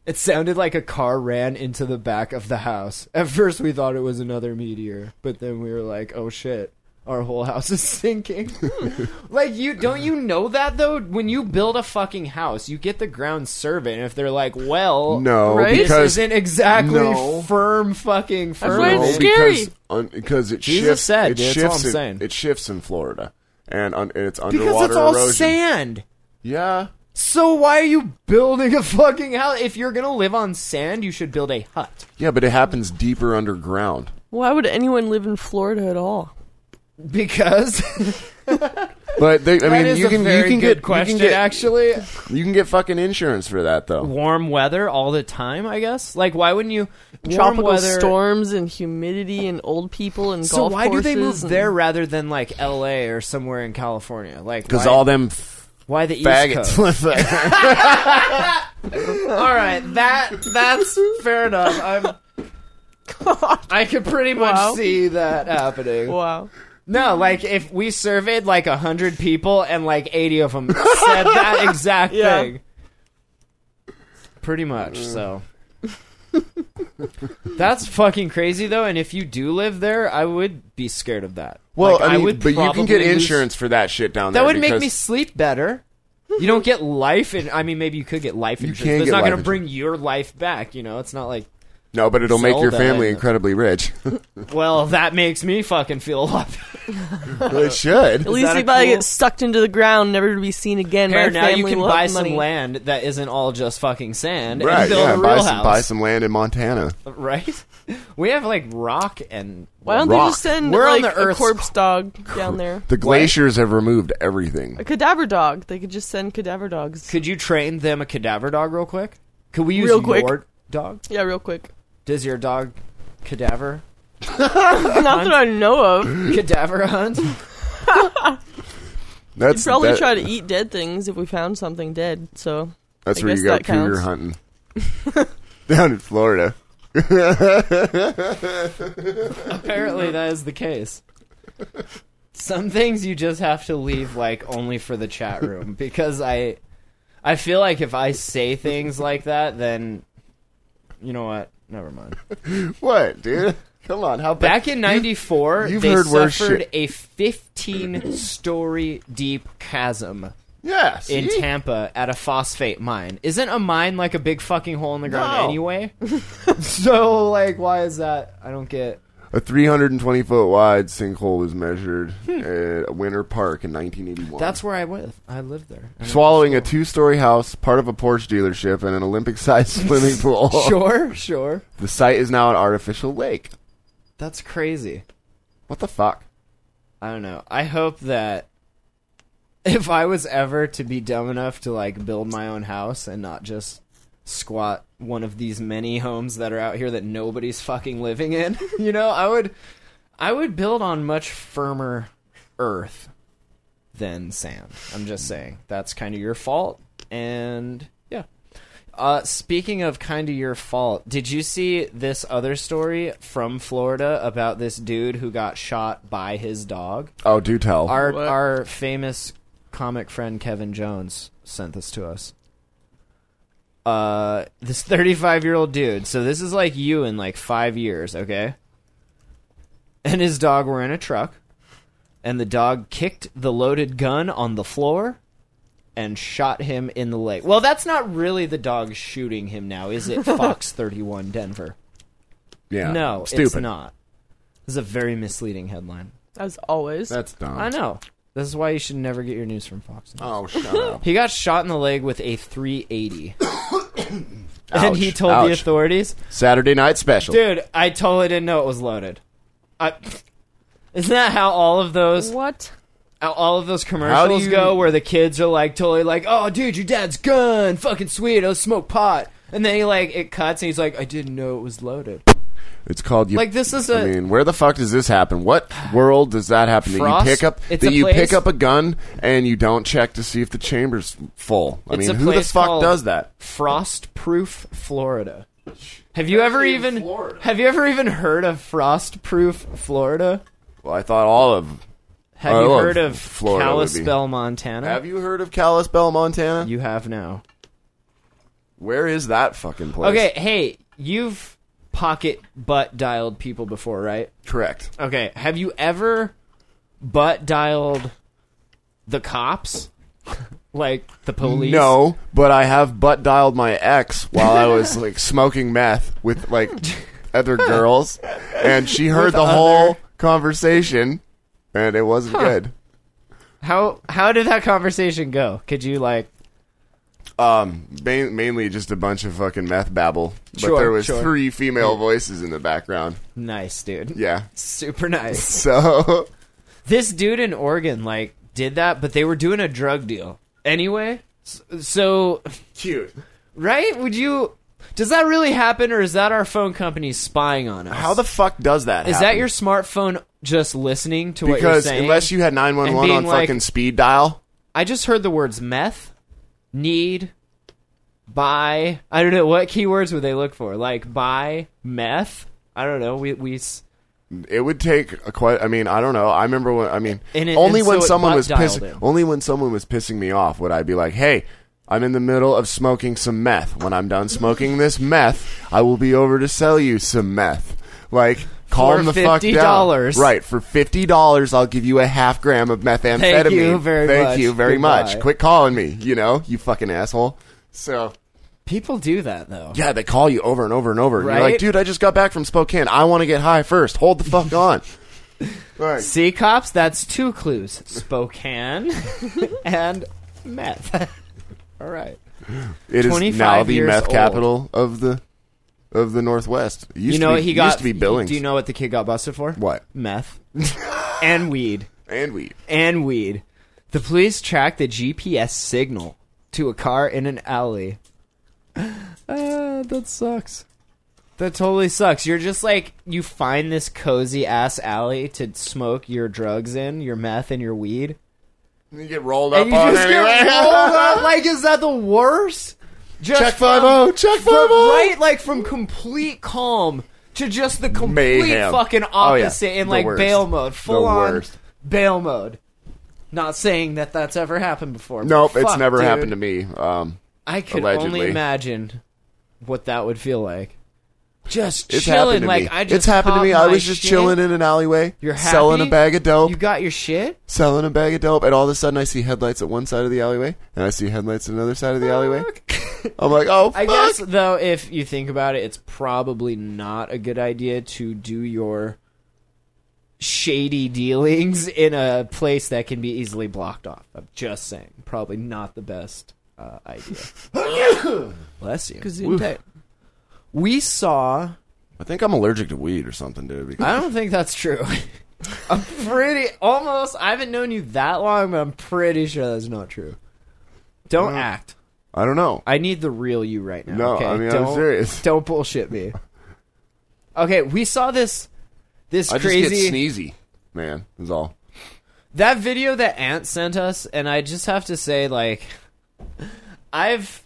S1: It sounded like a car ran into the back of the house. At first, we thought it was another meteor, but then we were like, "Oh shit, our whole house is sinking." like you don't you know that though? When you build a fucking house, you get the ground survey, and if they're like, "Well,
S2: no,
S3: Right?
S1: this
S2: because
S1: isn't exactly
S2: No.
S1: firm fucking firm."
S3: why
S2: no,
S3: it's
S2: because
S3: scary.
S2: un, because it
S1: Jesus
S2: shifts.
S1: said,
S2: it
S1: dude, that's all
S2: shifts.
S1: I'm
S2: in,
S1: saying.
S2: It shifts in Florida, and, un, and it's underwater
S1: because it's all
S2: erosion.
S1: sand.
S2: Yeah,
S1: So why are you building a fucking house? If you're gonna live on sand, you should build a hut.
S2: yeah, but it happens deeper underground.
S3: Why would anyone live in Florida at all?
S1: Because
S2: But they, I mean,
S1: that is
S2: you
S1: a
S2: can
S1: very
S2: you can
S1: good
S2: get
S1: question.
S2: you can get
S1: actually,
S2: you can get fucking insurance for that though.
S1: warm weather all the time. I guess. Like, why wouldn't you? warm
S3: Tropical
S1: weather-
S3: storms and humidity and old people and
S1: So
S3: golf
S1: why do they move
S3: courses and-
S1: there rather than like L.A. or somewhere in California? Like,
S2: Because
S1: why-
S2: all them
S1: why the East
S2: faggots.
S1: Coast? all right, that that's fair enough. I'm. I could pretty much
S3: Wow.
S1: see that happening.
S3: Wow.
S1: No, like if we surveyed like a hundred people and like eighty of them said that exact
S3: Yeah.
S1: thing, pretty much.
S2: Mm.
S1: So that's fucking crazy though. And if you do live there, I would be scared of that.
S2: Well,
S1: Like,
S2: I mean,
S1: would
S2: but you can
S1: probably
S2: get
S1: lose-
S2: insurance for that shit down there.
S1: That would make
S2: because-
S1: me sleep better. You don't get life, and I mean, maybe you could get life insurance.
S2: can
S1: but it's
S2: get
S1: not
S2: life
S1: going to bring your life back. You know, it's not like
S2: no, but it'll make
S1: sell
S2: your
S1: that
S2: family
S1: item.
S2: incredibly rich.
S1: well, that makes me fucking feel a lot. better.
S2: it should.
S3: At least
S1: that
S3: you
S1: a
S3: probably
S1: cool-
S3: get sucked into the ground, never to be seen again.
S1: Fair,
S3: My
S1: now you
S3: family
S1: can
S3: will
S1: buy
S3: have
S1: some
S3: money.
S1: land that isn't all just fucking sand
S2: Right?
S1: and build a
S2: Yeah,
S1: real
S2: buy some
S1: house.
S2: buy some land in Montana.
S1: Right? We have like rock and
S3: Why don't
S2: Rock.
S3: they just send
S1: We're on
S3: like,
S1: the
S3: a
S1: Earth's-
S3: corpse dog down there?
S2: The glaciers have removed everything.
S3: A cadaver dog. They could just send cadaver dogs.
S1: could you train them a cadaver dog real quick? Could we use
S3: Real quick.
S1: your dog?
S3: Yeah, real quick.
S1: Does your dog Cadaver?
S3: Not that I know of.
S1: Cadaver hunt?
S2: That's
S3: Probably
S2: that-
S3: try to eat dead things if we found something dead. So
S2: That's
S3: I
S2: where you
S3: guess
S2: go
S3: that
S2: cougar
S3: counts.
S2: hunting down in Florida.
S1: Apparently, that is the case. Some things you just have to leave like only for the chat room because I, I feel like if I say things like that, then, you know what? Never mind.
S2: What, dude? Come on, how bad?
S1: Back in '94,
S2: You've
S1: they
S2: heard worse
S1: suffered
S2: shit.
S1: a 15-story deep chasm
S2: Yeah,
S1: in
S2: see?
S1: Tampa at a phosphate mine. Isn't a mine like a big fucking hole in the ground
S2: No.
S1: anyway? so like, why is that? I don't get.
S2: a 320 foot wide sinkhole was measured at Winter Park in 1981.
S1: That's where I live. I live there.
S2: swallowing a two story house, part of a Porsche dealership, and an Olympic sized swimming pool.
S1: Sure, sure.
S2: The site is now an artificial lake.
S1: That's crazy.
S2: What the fuck?
S1: I don't know. I hope that if I was ever to be dumb enough to like build my own house and not just squat one of these many homes that are out here that nobody's fucking living in, you know, I would I would build on much firmer earth than sand. I'm just saying. That's kind of your fault and yeah. Uh, speaking of kind of your fault, did you see this other story from Florida about this dude who got shot by his dog?
S2: Oh, do tell.
S1: Our our famous comic friend Kevin Jones sent this to us. Uh, this 35 year old dude. So this is like you in like five years, okay? And his dog were in a truck, and the dog kicked the loaded gun on the floor and shot him in the leg. Well, that's not really the dog shooting him now, is it? Fox 31 Denver.
S2: yeah.
S1: No,
S2: Stupid.
S1: it's not. This is a very misleading headline.
S3: as always,
S2: That's dumb.
S1: I know. This is why you should never get your news from Fox. News.
S2: Oh, shut up.
S1: He got shot in the leg with a 380. and he
S2: Ouch,
S1: told the
S2: ouch.
S1: authorities,
S2: Saturday night special.
S1: dude, I totally didn't know it was loaded. I, isn't that how all of those
S3: what?
S1: how all of those commercials
S2: you-
S1: go where the kids are like totally like, "Oh, dude, your dad's gun, fucking sweet. I'll smoke pot." And then he like it cuts and he's like, "I didn't know it was loaded."
S2: It's called you.
S1: Like, this is
S2: I
S1: a-
S2: mean, where the fuck does this happen? What world does that happen?
S1: Frost?
S2: That you pick up
S1: It's
S2: that
S1: a
S2: you
S1: place-
S2: pick up a gun and you don't check to see if the chamber's full. I
S1: It's
S2: mean,
S1: a
S2: who the
S1: place
S2: fuck
S1: called-
S2: does that?
S1: Frostproof Florida. Have you ever
S2: in
S1: even
S2: Florida.
S1: have you ever even heard of Frostproof Florida?
S2: Well, I thought all of.
S1: Have
S2: I
S1: you
S2: love
S1: heard of
S2: Florida would be-
S1: Kalispell, Montana?
S2: Have you heard of Kalispell, Montana?
S1: You have now.
S2: Where is that fucking place?
S1: Okay, hey, you've pocket butt dialed people before, right?
S2: correct.
S1: Okay, have you ever butt dialed the cops? Like the police?
S2: No, but I have butt dialed my ex while I was like smoking meth with like other girls, and she heard the whole conversation, and it wasn't good.
S1: How how did that conversation go? Could you like
S2: Um, main, mainly just a bunch of fucking meth babble, but
S1: Sure,
S2: there was
S1: sure.
S2: three female voices in the background.
S1: nice, dude.
S2: Yeah,
S1: Super nice.
S2: so
S1: this dude in Oregon like did that, but they were doing a drug deal. Anyway, s- so
S2: cute.
S1: right? Would you Does that really happen or is that our phone company spying on us?
S2: How the fuck does that?
S1: Is that
S2: happen?
S1: your smartphone just listening to what you're
S2: Because
S1: saying?
S2: unless you had nine one
S1: And
S2: one
S1: being
S2: on
S1: like-
S2: fucking speed dial,
S1: I just heard the words meth, need, buy. I don't know what keywords would they look for. Like buy meth. I don't know. We we s-
S2: it would take a quite. I mean, I don't know. I remember when. I mean,
S1: And it-
S2: only
S1: and
S2: when
S1: so it
S2: someone
S1: butt
S2: was
S1: dialed
S2: pissing.
S1: him.
S2: Only when someone was pissing me off would I be like, "Hey, I'm in the middle of smoking some meth. When I'm done smoking this meth, I will be over to sell you some meth." Like. Calm
S1: For
S2: the fuck down.
S1: $50.
S2: Right, for fifty dollars, I'll give you a half gram of methamphetamine.
S1: you very
S2: Thank
S1: much.
S2: you very much.
S1: Goodbye.
S2: Quit calling me. You know, you fucking asshole. So
S1: people do that though.
S2: yeah, they call you over and over and over. And You're
S1: Right?
S2: like, dude, I just got back from Spokane. I want to get high first. Hold the fuck on. right.
S1: See cops. That's two clues: Spokane and meth. All right.
S2: It is
S1: 25
S2: now the
S1: years
S2: meth
S1: old.
S2: capital of the of the Northwest. It used
S1: You
S2: to
S1: know
S2: be,
S1: what he got?
S2: used to be Billings.
S1: Do you know what the kid got busted for?
S2: What?
S1: Meth and weed.
S2: And weed.
S1: and weed. The police tracked the GPS signal to a car in an alley. Ah, that sucks. That totally sucks. You're just like you find this cozy ass alley to smoke your drugs in, your meth and your weed,
S2: You get rolled
S1: and
S2: up
S1: you
S2: on
S1: just get
S2: anyway.
S1: rolled up. Like, is that the worst? Just
S2: Check
S1: from-
S2: five oh. Check five
S1: from-
S2: oh.
S1: right, like from complete calm to just the complete
S2: Mayhem.
S1: fucking
S2: Oh, yeah.
S1: opposite in
S2: The
S1: like
S2: worst.
S1: bail mode, full on
S2: worst.
S1: bail mode. Not saying that that's ever happened before. but
S2: Nope, it's
S1: fuck,
S2: never
S1: dude.
S2: happened to me. Um,
S1: I could
S2: Allegedly.
S1: only imagine what that would feel like. Just
S2: it's happened
S1: chilling,
S2: to
S1: like
S2: me.
S1: I just
S2: it's happened to
S1: popped
S2: me. I
S1: my
S2: was just
S1: shit.
S2: chilling in an alleyway,
S1: You're happy?
S2: selling a bag of dope,
S1: You got your shit.
S2: selling a bag of dope, and all of a sudden I see headlights at one side of the alleyway, and I see headlights at another side of the alleyway. I'm like, oh,
S1: Oh,
S2: fuck.
S1: I guess though, if you think about it, it's probably not a good idea to do your shady dealings in a place that can be easily blocked off. I'm just saying, probably not the best uh, idea. Bless you.
S3: Gesundheit.
S1: We saw.
S2: I think I'm allergic to weed or something, dude. Because
S1: I don't think that's true. I'm pretty almost. I haven't known you that long, but I'm pretty sure that's not true. Don't act.
S2: I don't know.
S1: I need the real you right now.
S2: No,
S1: okay?
S2: I mean, I'm
S1: don't,
S2: serious.
S1: Don't bullshit me. Okay, we saw this this
S2: I just
S1: crazy
S2: get sneezy, man. Is all.
S1: that video that Ant sent us, and I just have to say, like, I've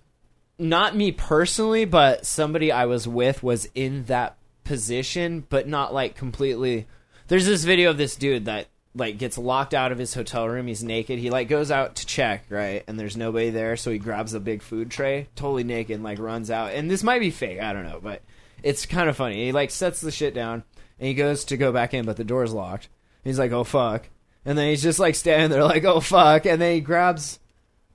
S1: not me personally, but somebody I was with was in that position, but not like completely. There's this video of this dude that like gets locked out of his hotel room. He's naked. He like goes out to check, right? And there's nobody there, so he grabs a big food tray, totally naked, and, like runs out. And this might be fake. I don't know, but it's kind of funny. He like sets the shit down and he goes to go back in, but the door's locked. He's like, "Oh fuck." And then he's just like standing there like, "Oh fuck." And then he grabs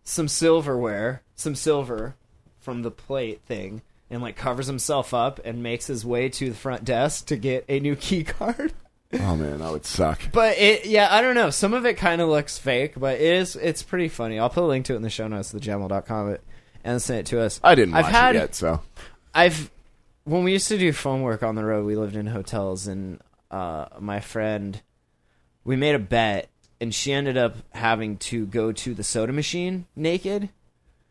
S1: some silverware, some silver from the plate thing, and like covers himself up and makes his way to the front desk to get a new key card.
S2: Oh man, that would suck.
S1: But it, yeah, I don't know. Some of it kind of looks fake, but it is. It's pretty funny. I'll put a link to it in the show notes, thejamel.com, and send it to us.
S2: I didn't watch
S1: I've had,
S2: it yet, so
S1: I've when we used to do phone work on the road, we lived in hotels, and uh, my friend, we made a bet, and she ended up having to go to the soda machine naked,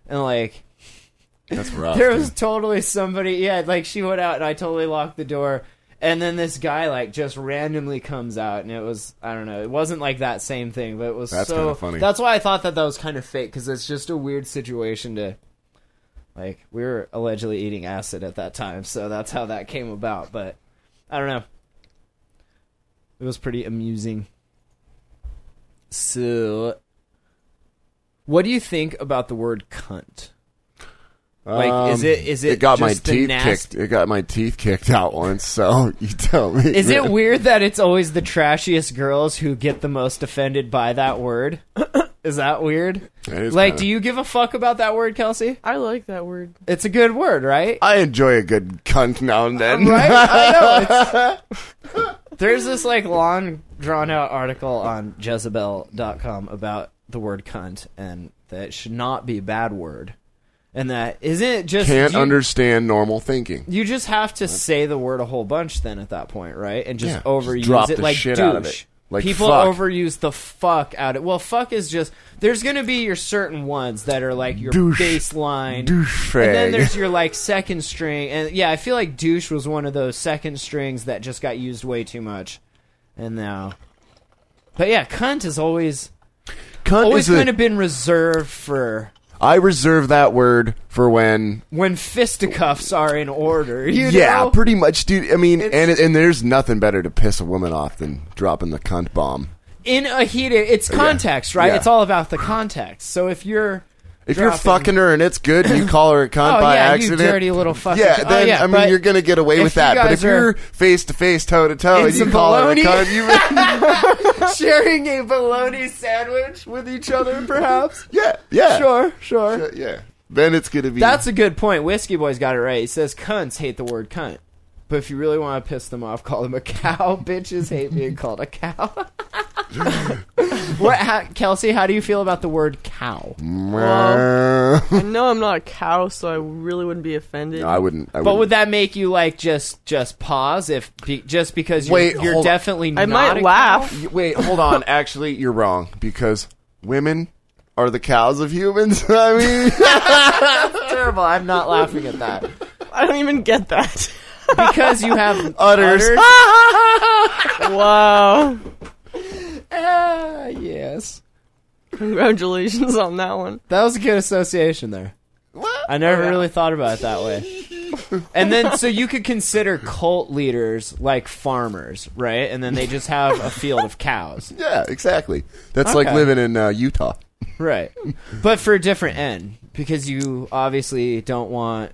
S1: and like
S2: that's rough.
S1: there was totally somebody. Yeah, like she went out, and I totally locked the door. And then this guy like just randomly comes out, and it was I don't know. It wasn't like that same thing, but it was
S2: That's
S1: so
S2: kinda funny.
S1: That's why I thought that that was kind of fake because it's just a weird situation to. Like we were allegedly eating acid at that time, so that's how that came about. But I don't know. It was pretty amusing. So, what do you think about the word cunt? Like, is it is it,
S2: Um, it got my
S1: just the
S2: teeth
S1: nasty-
S2: kicked. It got my teeth kicked out once. So you tell me.
S1: Is it
S2: man.
S1: weird that it's always the trashiest girls who get the most offended by that word? is that weird?
S2: That is
S1: like,
S2: kinda-
S1: do you give a fuck about that word, Kelsey?
S3: I like that word.
S1: It's a good word, right?
S2: I enjoy a good cunt now and then.
S1: right? I know. It's... There's this like long drawn out article on Jezebel.com about the word cunt and that it should not be a bad word. And that isn't it just
S2: Can't
S1: you,
S2: understand normal thinking.
S1: you just have to say the word a whole bunch then at that point, right? And just
S2: Yeah, just
S1: overuse
S2: drop
S1: it
S2: the
S1: like
S2: shit
S1: douche.
S2: out of it. Like,
S1: People
S2: fuck.
S1: overuse the fuck out of it. Well, fuck is just there's gonna be your certain ones that are like your
S2: Douche.
S1: baseline
S2: Douchebag.
S1: and then there's your like second string, and yeah, I feel like douche was one of those second strings that just got used way too much, and now, but yeah, cunt is always
S2: cunt
S1: always
S2: is a-
S1: kind of been reserved for
S2: I reserve that word for when.
S1: when fisticuffs are in order. You
S2: yeah,
S1: know?
S2: pretty much, dude. I mean,
S1: It's-
S2: and and there's nothing better to piss a woman off than dropping the cunt bomb.
S1: in a heated, it's context, right?
S2: Yeah.
S1: It's all about the context. So if you're
S2: If you're
S1: dropping-
S2: fucking her and it's good and you call her a cunt
S1: Oh,
S2: by
S1: yeah, you
S2: accident,
S1: dirty little fucking-
S2: Yeah,
S1: oh,
S2: then
S1: yeah,
S2: I mean
S1: but
S2: you're gonna get away
S1: if
S2: with
S1: you
S2: that. But
S1: guys
S2: if you're
S1: are
S2: face to face, toe to toe,
S1: in
S2: and you
S1: some
S2: call
S1: baloney-
S2: her a cunt, you
S1: sharing a bologna sandwich with each other, perhaps,
S2: yeah, yeah,
S1: sure, sure.
S2: yeah, yeah. Then it's gonna be
S1: That's a good point. Whiskey Boy's got it right. He says cunts hate the word cunt. But if you really want to piss them off, call them a cow. Bitches hate being called a cow. what, how, Kelsey? How do you feel about the word cow?
S3: Well, I know I'm not a cow, so I really wouldn't be offended.
S2: No, I wouldn't. I
S1: But would
S2: wouldn't.
S1: that make you like just just pause if be, just because you're,
S2: Wait,
S1: you're
S2: hold on.
S1: definitely
S3: I
S1: not
S3: might
S1: a
S3: laugh.
S1: cow?
S2: Y- Wait, hold on. Actually, you're wrong because women are the cows of humans. I mean,
S1: Terrible. I'm not laughing at that.
S3: I don't even get that.
S1: because you have
S2: Utters.
S1: utters.
S3: Wow.
S1: Ah, yes.
S3: Congratulations on that one.
S1: That was a good association there. I
S2: Oh,
S1: never really thought about it that way. and then, so you could consider cult leaders like farmers, right? And then they just have a field of cows,
S2: Yeah, exactly. That's like
S1: Okay.
S2: living in uh, Utah.
S1: right? But for a different end, because you obviously don't want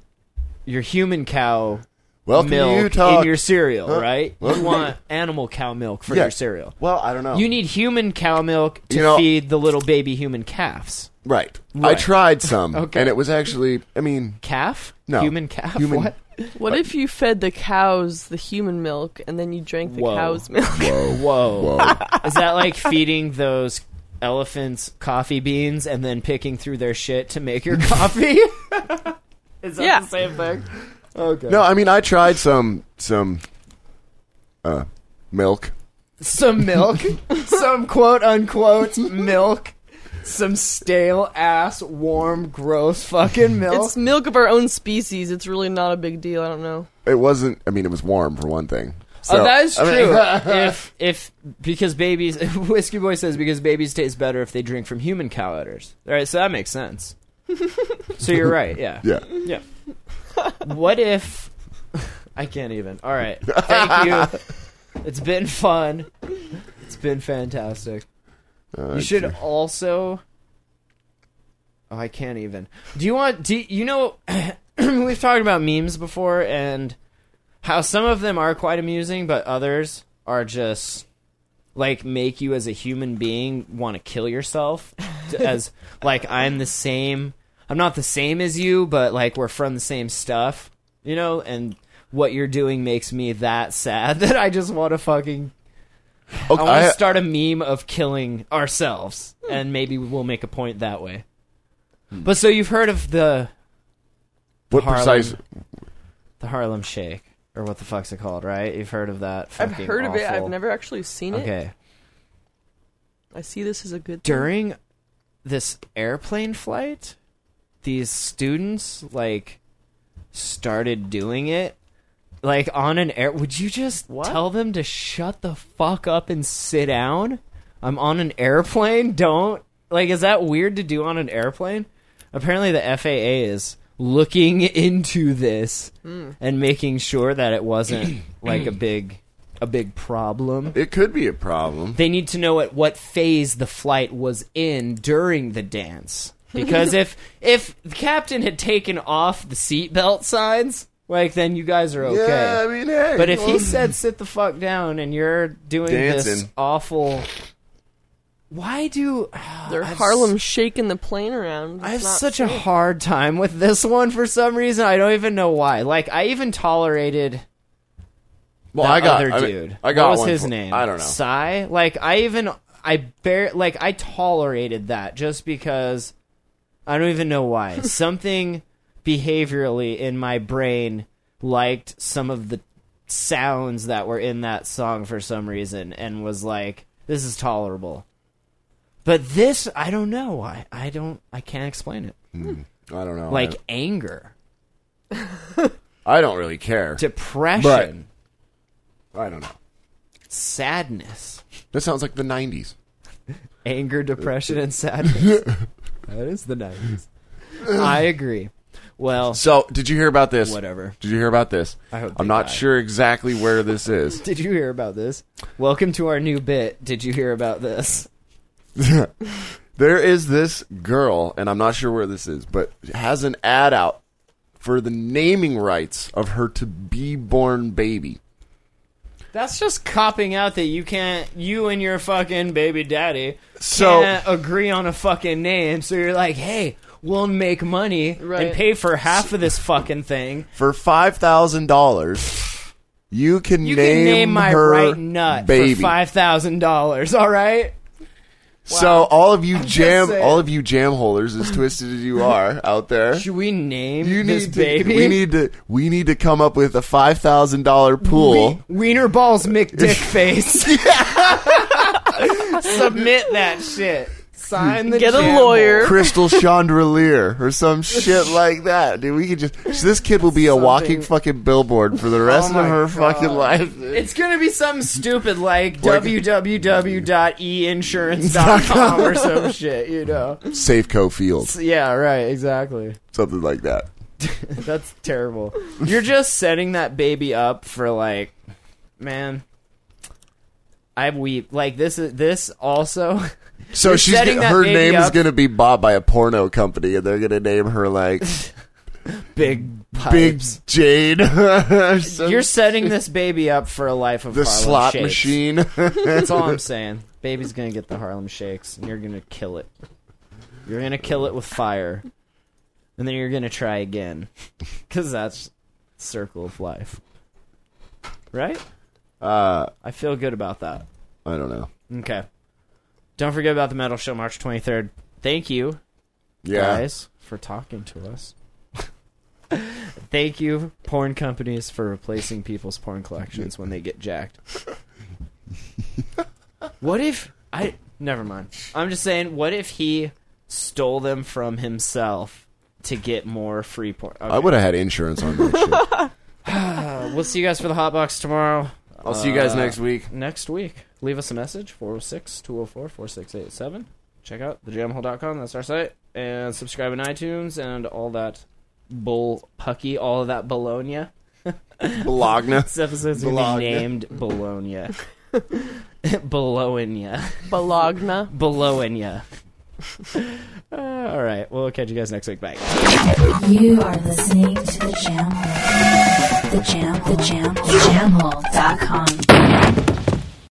S1: your human cow
S2: Welcome
S1: milk
S2: to Utah.
S1: in your cereal,
S2: Huh?
S1: right?
S2: Well-
S1: You want animal cow milk for
S2: Yeah.
S1: your cereal.
S2: Well, I don't know.
S1: You need human cow milk to
S2: You know-
S1: feed the little baby human calves.
S2: right. I
S1: Right.
S2: tried some,
S1: Okay.
S2: and it was actually. I mean,
S1: Calf?
S2: No.
S1: Human calf?
S2: Human-
S1: What?
S3: What if you fed the cows the human milk and then you drank the
S1: Whoa.
S3: cow's milk?
S1: Whoa.
S2: whoa.
S1: Is that like feeding those elephants coffee beans and then picking through their shit to make your coffee? Is that
S3: Yeah.
S1: the same thing? Okay.
S2: no, I mean, I tried some some uh, milk.
S1: Some milk. some quote unquote milk. Some stale ass, warm, gross fucking milk.
S3: It's milk of our own species. It's really not a big deal. I don't know.
S2: It wasn't. I mean, it was warm for one thing. So,
S1: oh, that is
S2: I
S1: true.
S2: mean-
S1: if if because babies, whiskey boy says because babies taste better if they drink from human cow udders. All right, so that makes sense. so you're right. Yeah.
S2: yeah.
S1: Yeah. what if I can't even. All right. Thank you. It's been fun. It's been fantastic. you should also Oh, I can't even. Do you want do you, you know we've talked about memes before and how some of them are quite amusing but others are just like make you as a human being want to kill yourself to- as like i'm the same i'm not the same as you but like we're from the same stuff you know and what you're doing makes me that sad that i just want to fucking
S2: Okay,
S1: i want
S2: I-
S1: to start a meme of killing ourselves and maybe we'll make a point that way but so you've heard of the
S2: what
S1: Harlem.
S2: precise?
S1: the harlem shake or what the fuck's it called right you've heard of that
S3: I've
S1: fucking
S3: heard of it. I've
S1: awful-
S3: never actually seen it.
S1: okay
S3: I see this as a good thing.
S1: during this airplane flight, these students like started doing it. Like on an air, would you just tell them to shut the fuck up and sit down? I'm on an airplane. Don't like. Is that weird to do on an airplane? Apparently, the FAA is looking into this and making sure that it wasn't like a big, a big problem
S2: It could be a problem.
S1: they need to know at what phase the flight was in during the dance. Because if if the captain had taken off the seatbelt signs, like then you guys are okay.
S2: Yeah, I mean, hey.
S1: but if
S2: well,
S1: he said sit the fuck down and you're doing this
S2: Dancing.
S1: awful why do ah,
S3: They're
S1: I've
S3: Harlem shaking the plane around. It's
S1: I have
S3: not
S1: such a hard time with this one for some reason. I don't even know why. Like I even tolerated
S2: well,
S1: that
S2: I got,
S1: other
S2: I mean,
S1: dude.
S2: I got
S1: what was
S2: one
S1: his
S2: for-
S1: name?
S2: I don't know.
S1: Psy. Like I even I bear like I tolerated that just because I don't even know why. Something behaviorally in my brain liked some of the sounds that were in that song for some reason and was like, this is tolerable. But this, I don't know. I, I don't. I can't explain it.
S2: I don't know.
S1: Like anger,
S2: I, I don't really care.
S1: depression,
S2: I don't know.
S1: sadness.
S2: That sounds like the '90s.
S1: anger, depression, and sadness. that is the nineties. I agree. Well,
S2: So, did you hear about this?
S1: Whatever.
S2: Did you hear about this?
S1: I hope
S2: I'm
S1: they
S2: not
S1: die.
S2: sure exactly where this is.
S1: did you hear about this? Welcome to our new bit. Did you hear about this?
S2: there is this girl, and I'm not sure where this is, but has an ad out for the naming rights of her to be born baby.
S1: That's just copping out that you can't, you and your fucking baby daddy
S2: So-
S1: can't agree on a fucking name. So you're like, hey, we'll make money
S3: Right.
S1: and pay for half of this fucking thing.
S2: For five thousand dollars, you can
S1: You
S2: name
S1: can name my
S2: her
S1: right nut
S2: baby.
S1: for five thousand dollars. All right.
S2: So all of you jam,
S1: saying.
S2: all of you jam holders, as twisted as you are out there,
S1: Should we name
S2: you
S1: this
S2: need to,
S1: baby?
S2: we need to, we need to come up with a five thousand dollar pool.
S1: We- wiener balls McDick face. Submit that shit. sign the
S3: Get a
S1: jam
S3: lawyer.
S2: Crystal Chandelier or some shit like that, dude. We could just this kid will be a walking fucking billboard for the rest
S1: Oh my
S2: of her
S1: God.
S2: fucking life. dude.
S1: It's gonna be something stupid like
S2: Like-
S1: www.einsurance.com or some shit, you know.
S2: Safeco Field,
S1: Yeah, right, exactly.
S2: something like that.
S1: That's terrible. You're just setting that baby up for like, man. I weep. Like this is this also.
S2: So
S1: You're
S2: she's
S1: setting
S2: gonna,
S1: that
S2: her
S1: baby
S2: name is
S1: up.
S2: going to be bought by a porno company, and they're going to name her like
S1: Big
S2: Big
S1: pipes.
S2: Jade. or some-
S1: You're setting this baby up for a life of
S2: the
S1: Harlem
S2: slot
S1: shakes.
S2: machine.
S1: That's all I'm saying. Baby's gonna get the Harlem Shakes, and you're gonna kill it. You're gonna kill it with fire, and then you're gonna try again, because that's circle of life, right?
S2: uh,
S1: I feel good about that.
S2: I don't know.
S1: Okay. Don't forget about the metal show March 23rd. Thank you
S2: Yeah,
S1: guys for talking to us. Thank you, porn companies, for replacing people's porn collections when they get jacked. what if I? Never mind. I'm just saying. What if he stole them from himself to get more free porn?
S2: I would have had insurance on that shit.
S1: We'll see you guys for the hot box tomorrow.
S2: I'll see you guys next week.
S1: next week. Leave us a message 406-204-4687. Check out thejamhole.com, that's our site, and subscribe on iTunes and all that bull pucky, all of that bologna.
S2: Bologna.
S1: This episode's gonna be
S2: Bologna.
S1: named Bologna. bologna.
S3: Bologna.
S1: Bologna. Uh, all right, we'll catch you guys next week. Bye.
S4: You are listening to the Jam Hole. The Jam, the Jam, the Jam Hole.com.